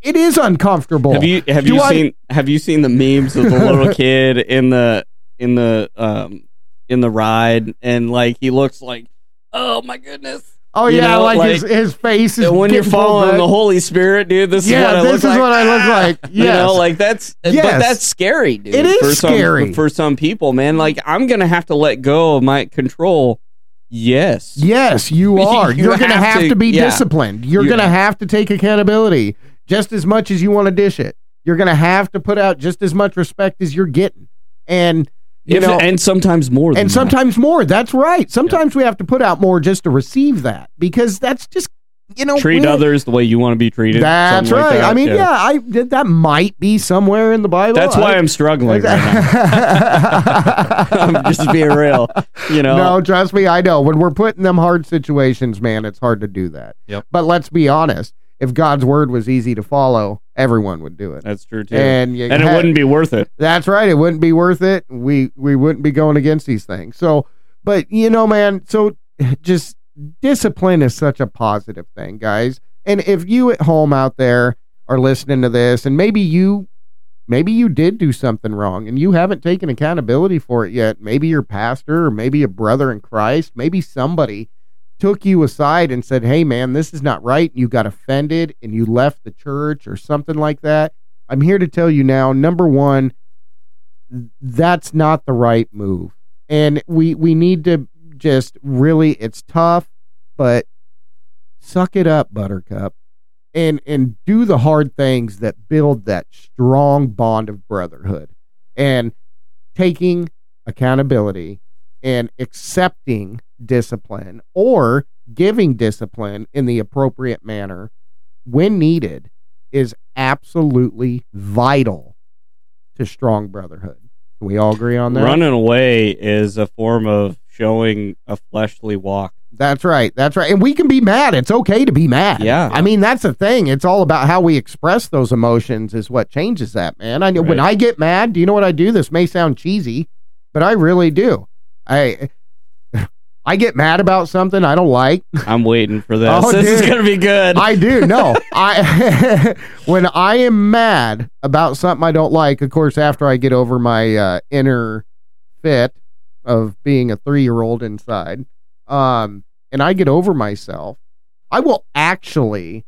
Speaker 2: it is uncomfortable.
Speaker 1: Have you have
Speaker 2: Do
Speaker 1: you
Speaker 2: I-
Speaker 1: seen have you seen the memes of the little kid in the in the um in the ride and like he looks like oh my goodness
Speaker 2: oh
Speaker 1: you
Speaker 2: yeah,
Speaker 1: know,
Speaker 2: like, his,
Speaker 1: like,
Speaker 2: his face is
Speaker 1: and when you're
Speaker 2: getting pulled
Speaker 1: following
Speaker 2: back.
Speaker 1: the Holy Spirit dude this
Speaker 2: Yeah,
Speaker 1: is what I
Speaker 2: this
Speaker 1: look
Speaker 2: is
Speaker 1: like
Speaker 2: what I look
Speaker 1: Ah!
Speaker 2: like.
Speaker 1: you know
Speaker 2: Yes.
Speaker 1: like that's but
Speaker 2: Yes.
Speaker 1: that's scary dude
Speaker 2: It is
Speaker 1: for some,
Speaker 2: scary.
Speaker 1: for some people man like I'm gonna have to let go of my control yes
Speaker 2: Yes, you are.
Speaker 1: You
Speaker 2: you are going to
Speaker 1: have
Speaker 2: have
Speaker 1: to-
Speaker 2: to be
Speaker 1: yeah.
Speaker 2: disciplined. You're
Speaker 1: You-
Speaker 2: going to have to take accountability just as much as you want to dish it. You're going to have to put out just as much respect as you're getting. And you
Speaker 1: If-
Speaker 2: know
Speaker 1: and sometimes more than
Speaker 2: and
Speaker 1: that.
Speaker 2: sometimes more. That's right. Sometimes we have to put out more just to receive that because that's just you know
Speaker 1: treat
Speaker 2: we-
Speaker 1: others the way you want to be treated
Speaker 2: That's
Speaker 1: something
Speaker 2: right.
Speaker 1: like that,
Speaker 2: I mean, yeah, I that that might be somewhere in the Bible.
Speaker 1: that's why I'm struggling right now. I'm just being real. You know,
Speaker 2: No, trust me, I know. When we're put in them hard situations, man, it's hard to do that.
Speaker 3: Yep.
Speaker 2: But let's be honest. If God's word was easy to follow, everyone would do it.
Speaker 1: that's true too. And,
Speaker 2: And, you
Speaker 1: it
Speaker 2: had-
Speaker 1: wouldn't be worth it.
Speaker 2: That's right. It wouldn't be worth it. We we wouldn't be going against these things. So, but you know, man. So, just discipline is such a positive thing, guys. And if you at home out there are listening to this, and maybe you, maybe you did do something wrong, and you haven't taken accountability for it yet. Maybe your pastor, or maybe a brother in Christ, maybe somebody took you aside and said, "Hey, man, this is not right." You got offended, and you left the church or something like that I'm here to tell you now, number one, that's not the right move. And we we need to just really it's tough, but suck it up, buttercup. And and do the hard things that build that strong bond of brotherhood. And taking accountability and accepting discipline or giving discipline in the appropriate manner when needed is absolutely vital to strong brotherhood. Can we all agree on that?
Speaker 1: Running away is a form of showing a fleshly walk.
Speaker 2: That's right. That's right. And we can be mad. It's okay to be mad.
Speaker 1: Yeah.
Speaker 2: I mean, that's the thing. It's all about how we express those emotions is what changes that, man. I know when
Speaker 1: Right.
Speaker 2: I get mad, do you know what I do? This may sound cheesy, but I really do. I I get mad about something I don't like.
Speaker 1: I'm waiting for this.
Speaker 2: Oh,
Speaker 1: this is
Speaker 2: dude.
Speaker 1: gonna be good.
Speaker 2: I do. No, I when I am mad about something I don't like. Of course, after I get over my uh, inner fit of being a three-year-old inside, um, and I get over myself, I will actually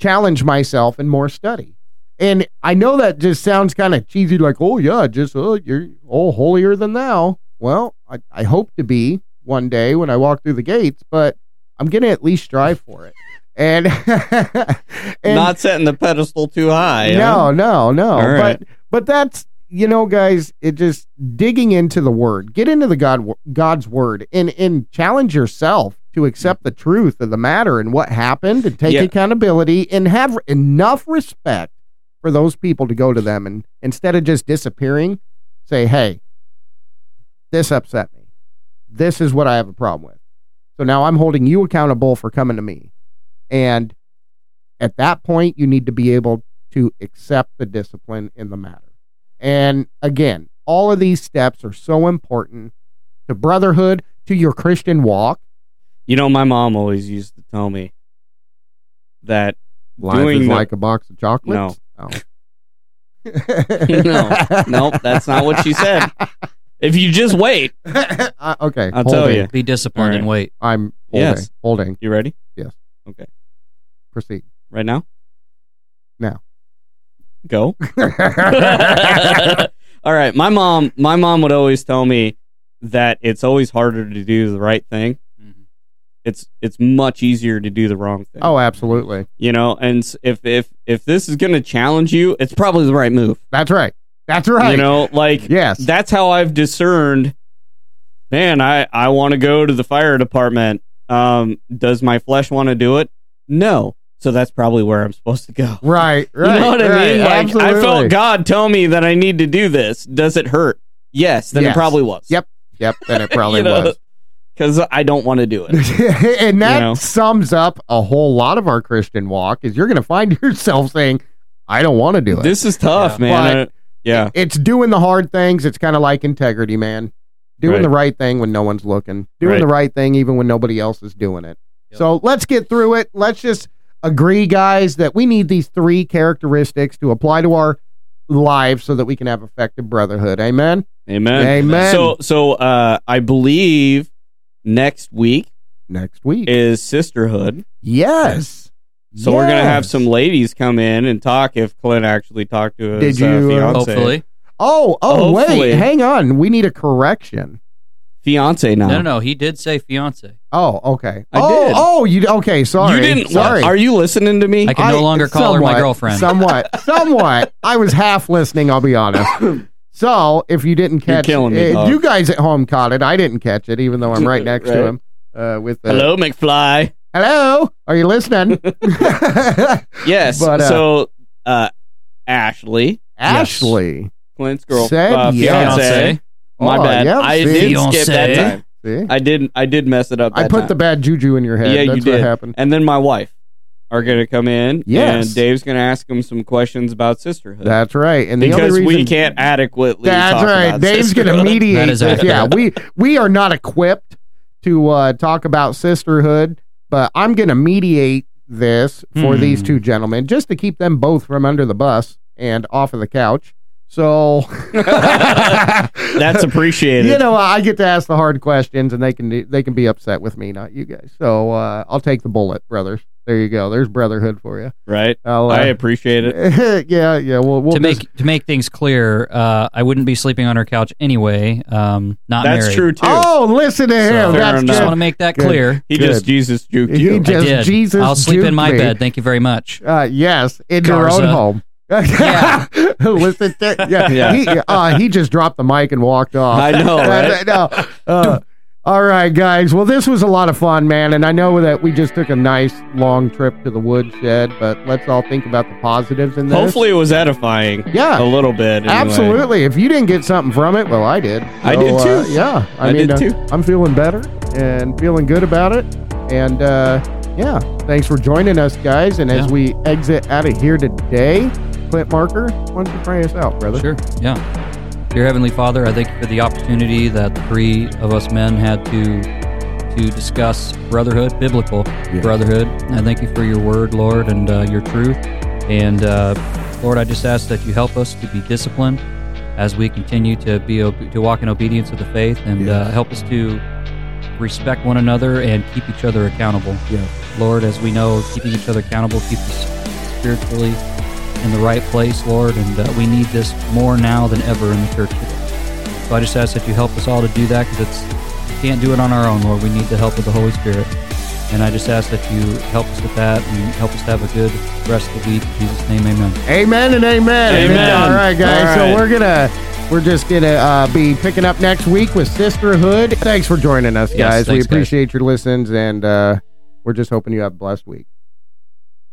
Speaker 2: challenge myself and more study. And I know that just sounds kind of cheesy, like, oh yeah, just oh you're oh holier than thou. Well, I, I hope to be one day when I walk through the gates, but I'm gonna at least strive for it. And, and
Speaker 1: Not setting the pedestal too high. huh?
Speaker 2: no, no, no.
Speaker 1: All right.
Speaker 2: But but that's you know, guys, it just digging into the word. Get into the God God's word and and challenge yourself to accept the truth of the matter and what happened and take
Speaker 1: Yeah.
Speaker 2: accountability and have enough respect for those people to go to them and instead of just disappearing, say, "Hey, this upset me. This is what I have a problem with." So now I'm holding you accountable for coming to me. And at that point, you need to be able to accept the discipline in the matter. And again, all of these steps are so important to brotherhood, to your Christian walk.
Speaker 1: You know, my mom always used to tell me that
Speaker 2: Life
Speaker 1: Doing
Speaker 2: is
Speaker 1: the-
Speaker 2: like a box of chocolates. Oh. No.
Speaker 1: No. nope, that's not what she said. If you just wait,
Speaker 2: Uh, okay.
Speaker 1: I'll tell
Speaker 2: holding.
Speaker 1: you.
Speaker 3: Be disciplined
Speaker 1: All
Speaker 3: and wait.
Speaker 2: I'm holding.
Speaker 1: Yes.
Speaker 2: Holding.
Speaker 1: You ready?
Speaker 2: Proceed.
Speaker 1: Right now?
Speaker 2: Now.
Speaker 1: Go. All right. My mom my mom would always tell me that it's always harder to do the right thing. It's it's much easier to do the wrong thing.
Speaker 2: oh, absolutely.
Speaker 1: You know, and s- if if if this is going to challenge you, it's probably the right move.
Speaker 2: That's right. That's right.
Speaker 1: You know, like
Speaker 2: yes.
Speaker 1: that's how I've discerned. Man, I I want to go to the fire department. Um, does my flesh want to do it? No. So that's probably where I'm supposed to go.
Speaker 2: right. Right.
Speaker 1: you know what I
Speaker 2: right,
Speaker 1: mean? Like I
Speaker 2: absolutely.
Speaker 1: felt God tell me that I need to do this. Does it hurt? Yes. Then
Speaker 2: Yes.
Speaker 1: it probably was.
Speaker 2: Yep, Yep. Then it probably was.
Speaker 1: Because I don't want to do it.
Speaker 2: and that
Speaker 1: You know?
Speaker 2: sums up a whole lot of our Christian walk. Is you're going to find yourself saying, "I don't want to do it."
Speaker 1: this is tough,
Speaker 2: Yeah.
Speaker 1: man.
Speaker 2: But-
Speaker 1: I- yeah.
Speaker 2: it's doing the hard things. It's kind of like integrity, man. Doing
Speaker 1: Right.
Speaker 2: the right thing when no one's looking. Doing
Speaker 1: Right.
Speaker 2: the right thing even when nobody else is doing it.
Speaker 3: Yep.
Speaker 2: So let's get through it. Let's just agree, guys, that we need these three characteristics to apply to our lives so that we can have effective brotherhood. Amen.
Speaker 1: Amen.
Speaker 2: Amen.
Speaker 1: So so uh, I believe next week
Speaker 2: next week,
Speaker 1: is sisterhood.
Speaker 2: yes.
Speaker 1: So we're gonna have
Speaker 2: Yes.
Speaker 1: some ladies come in and talk if Clint actually talked to his
Speaker 2: Did you,
Speaker 1: uh,
Speaker 2: uh,
Speaker 1: fiance.
Speaker 3: Hopefully.
Speaker 2: Oh, oh,
Speaker 1: Hopefully.
Speaker 2: wait. Hang on. We need a correction.
Speaker 1: Fiance now.
Speaker 3: No, no, no. He did say fiance.
Speaker 2: Oh, okay.
Speaker 1: I
Speaker 2: oh,
Speaker 1: did.
Speaker 2: oh, you okay? Sorry,
Speaker 1: You didn't.
Speaker 2: Sorry,
Speaker 1: Are you listening to me?
Speaker 3: I can no longer call her my girlfriend.
Speaker 2: Somewhat, somewhat. I was half listening. I'll be honest. So, if you didn't
Speaker 1: You're
Speaker 2: catch,
Speaker 1: killing me,
Speaker 2: eh,
Speaker 1: dog.
Speaker 2: you guys at home caught it. I didn't catch it, even though I'm right next to
Speaker 1: Right.
Speaker 2: him. Uh, with the,
Speaker 1: Hello, McFly.
Speaker 2: hello, are you listening?
Speaker 1: Yes.
Speaker 2: But, uh,
Speaker 1: so uh, Ashley,
Speaker 2: Ashley,
Speaker 1: Clint's girl,
Speaker 2: Said
Speaker 1: uh,
Speaker 2: yes.
Speaker 1: fiance.
Speaker 3: Fiance.
Speaker 1: My
Speaker 2: Oh,
Speaker 1: bad.
Speaker 2: yep,
Speaker 1: I
Speaker 2: see?
Speaker 1: did
Speaker 3: Fiance.
Speaker 1: skip that time.
Speaker 2: see,
Speaker 1: I did. I did mess it up.
Speaker 2: I
Speaker 1: that
Speaker 2: put
Speaker 1: time.
Speaker 2: the bad juju in your head.
Speaker 1: Yeah, you
Speaker 2: That's what
Speaker 1: did.
Speaker 2: happened.
Speaker 1: And then my wife are gonna come in.
Speaker 2: Yes.
Speaker 1: And Dave's gonna ask him some questions about sisterhood.
Speaker 2: That's right. And the
Speaker 1: because
Speaker 2: only reason
Speaker 1: we can't adequately.
Speaker 2: That's
Speaker 1: talk
Speaker 2: right.
Speaker 1: About
Speaker 2: Dave's going to
Speaker 1: sisterhood.
Speaker 2: mediate.
Speaker 3: That is
Speaker 2: this.
Speaker 3: accurate.
Speaker 2: Yeah, we we are not equipped to uh, talk about sisterhood, but I'm going to mediate this for
Speaker 3: Hmm.
Speaker 2: these two gentlemen just to keep them both from under the bus and off of the couch. So
Speaker 1: That's appreciated.
Speaker 2: you know I get to ask the hard questions, and they can they can be upset with me, not you guys. So uh, I'll take the bullet, brothers. There you go. There's brotherhood for you.
Speaker 1: right?
Speaker 2: I'll,
Speaker 1: I
Speaker 2: uh,
Speaker 1: appreciate it.
Speaker 2: yeah, yeah. We'll, we'll
Speaker 3: to
Speaker 2: just-
Speaker 3: make to make things clear, uh, I wouldn't be sleeping on her couch anyway. Um, not
Speaker 1: That's
Speaker 3: married.
Speaker 1: true too.
Speaker 2: Oh, listen to
Speaker 3: So-
Speaker 2: him.
Speaker 1: Fair
Speaker 2: That's
Speaker 1: enough.
Speaker 3: Just
Speaker 2: good.
Speaker 3: want to make that
Speaker 2: Good.
Speaker 3: clear.
Speaker 1: he
Speaker 2: good.
Speaker 1: just Jesus juked
Speaker 2: He
Speaker 1: you.
Speaker 2: ju- Just
Speaker 3: I did.
Speaker 2: Jesus
Speaker 3: I'll sleep in my
Speaker 2: juked me.
Speaker 3: bed. Thank you very much.
Speaker 2: Uh, yes, in your own
Speaker 3: Garza.
Speaker 2: home.
Speaker 3: Yeah.
Speaker 2: Listen, to, yeah,
Speaker 1: Yeah.
Speaker 2: He, uh, he just dropped the mic and walked off.
Speaker 1: I know, right?
Speaker 2: no. Uh, all right, guys. Well, this was a lot of fun, man. And I know that we just took a nice long trip to the woodshed, but let's all think about the positives in this.
Speaker 1: Hopefully, it was edifying
Speaker 2: yeah,
Speaker 1: a little bit. anyway.
Speaker 2: absolutely. If you didn't get something from it, well, I did.
Speaker 1: I did
Speaker 2: So, uh,
Speaker 1: too.
Speaker 2: yeah, I,
Speaker 1: I
Speaker 2: mean,
Speaker 1: did
Speaker 2: uh,
Speaker 1: too.
Speaker 2: I'm feeling better and feeling good about it. And uh, yeah, thanks for joining us, guys. And as
Speaker 3: Yeah.
Speaker 2: we exit out of here today, Clint Marker, why don't you pray us out, brother?
Speaker 3: Sure. Yeah. Dear Heavenly Father, I thank you for the opportunity that the three of us men had to to discuss brotherhood, biblical brotherhood. I thank you for your word, Lord, and uh, your truth. And uh, Lord, I just ask that you help us to be disciplined as we continue to be ob- to walk in obedience of the faith, and uh, help us to respect one another and keep each other accountable.
Speaker 2: Yeah.
Speaker 3: Lord, as we know, keeping each other accountable keeps us spiritually in the right place, Lord, and uh, we need this more now than ever in the church today. So I just ask that you help us all to do that because it's we can't do it on our own, Lord. We need the help of the Holy Spirit, and I just ask that you help us with that and help us to have a good rest of the week. In Jesus' name, Amen.
Speaker 2: Amen and amen.
Speaker 1: Amen.
Speaker 2: All right, guys.
Speaker 1: All
Speaker 2: So
Speaker 1: right.
Speaker 2: we're gonna we're just gonna uh, be picking up next week with Sisterhood. Thanks for joining us,
Speaker 3: Yes,
Speaker 2: guys. we
Speaker 3: thanks, guys.
Speaker 2: appreciate your listens, and uh, we're just hoping you have a blessed week.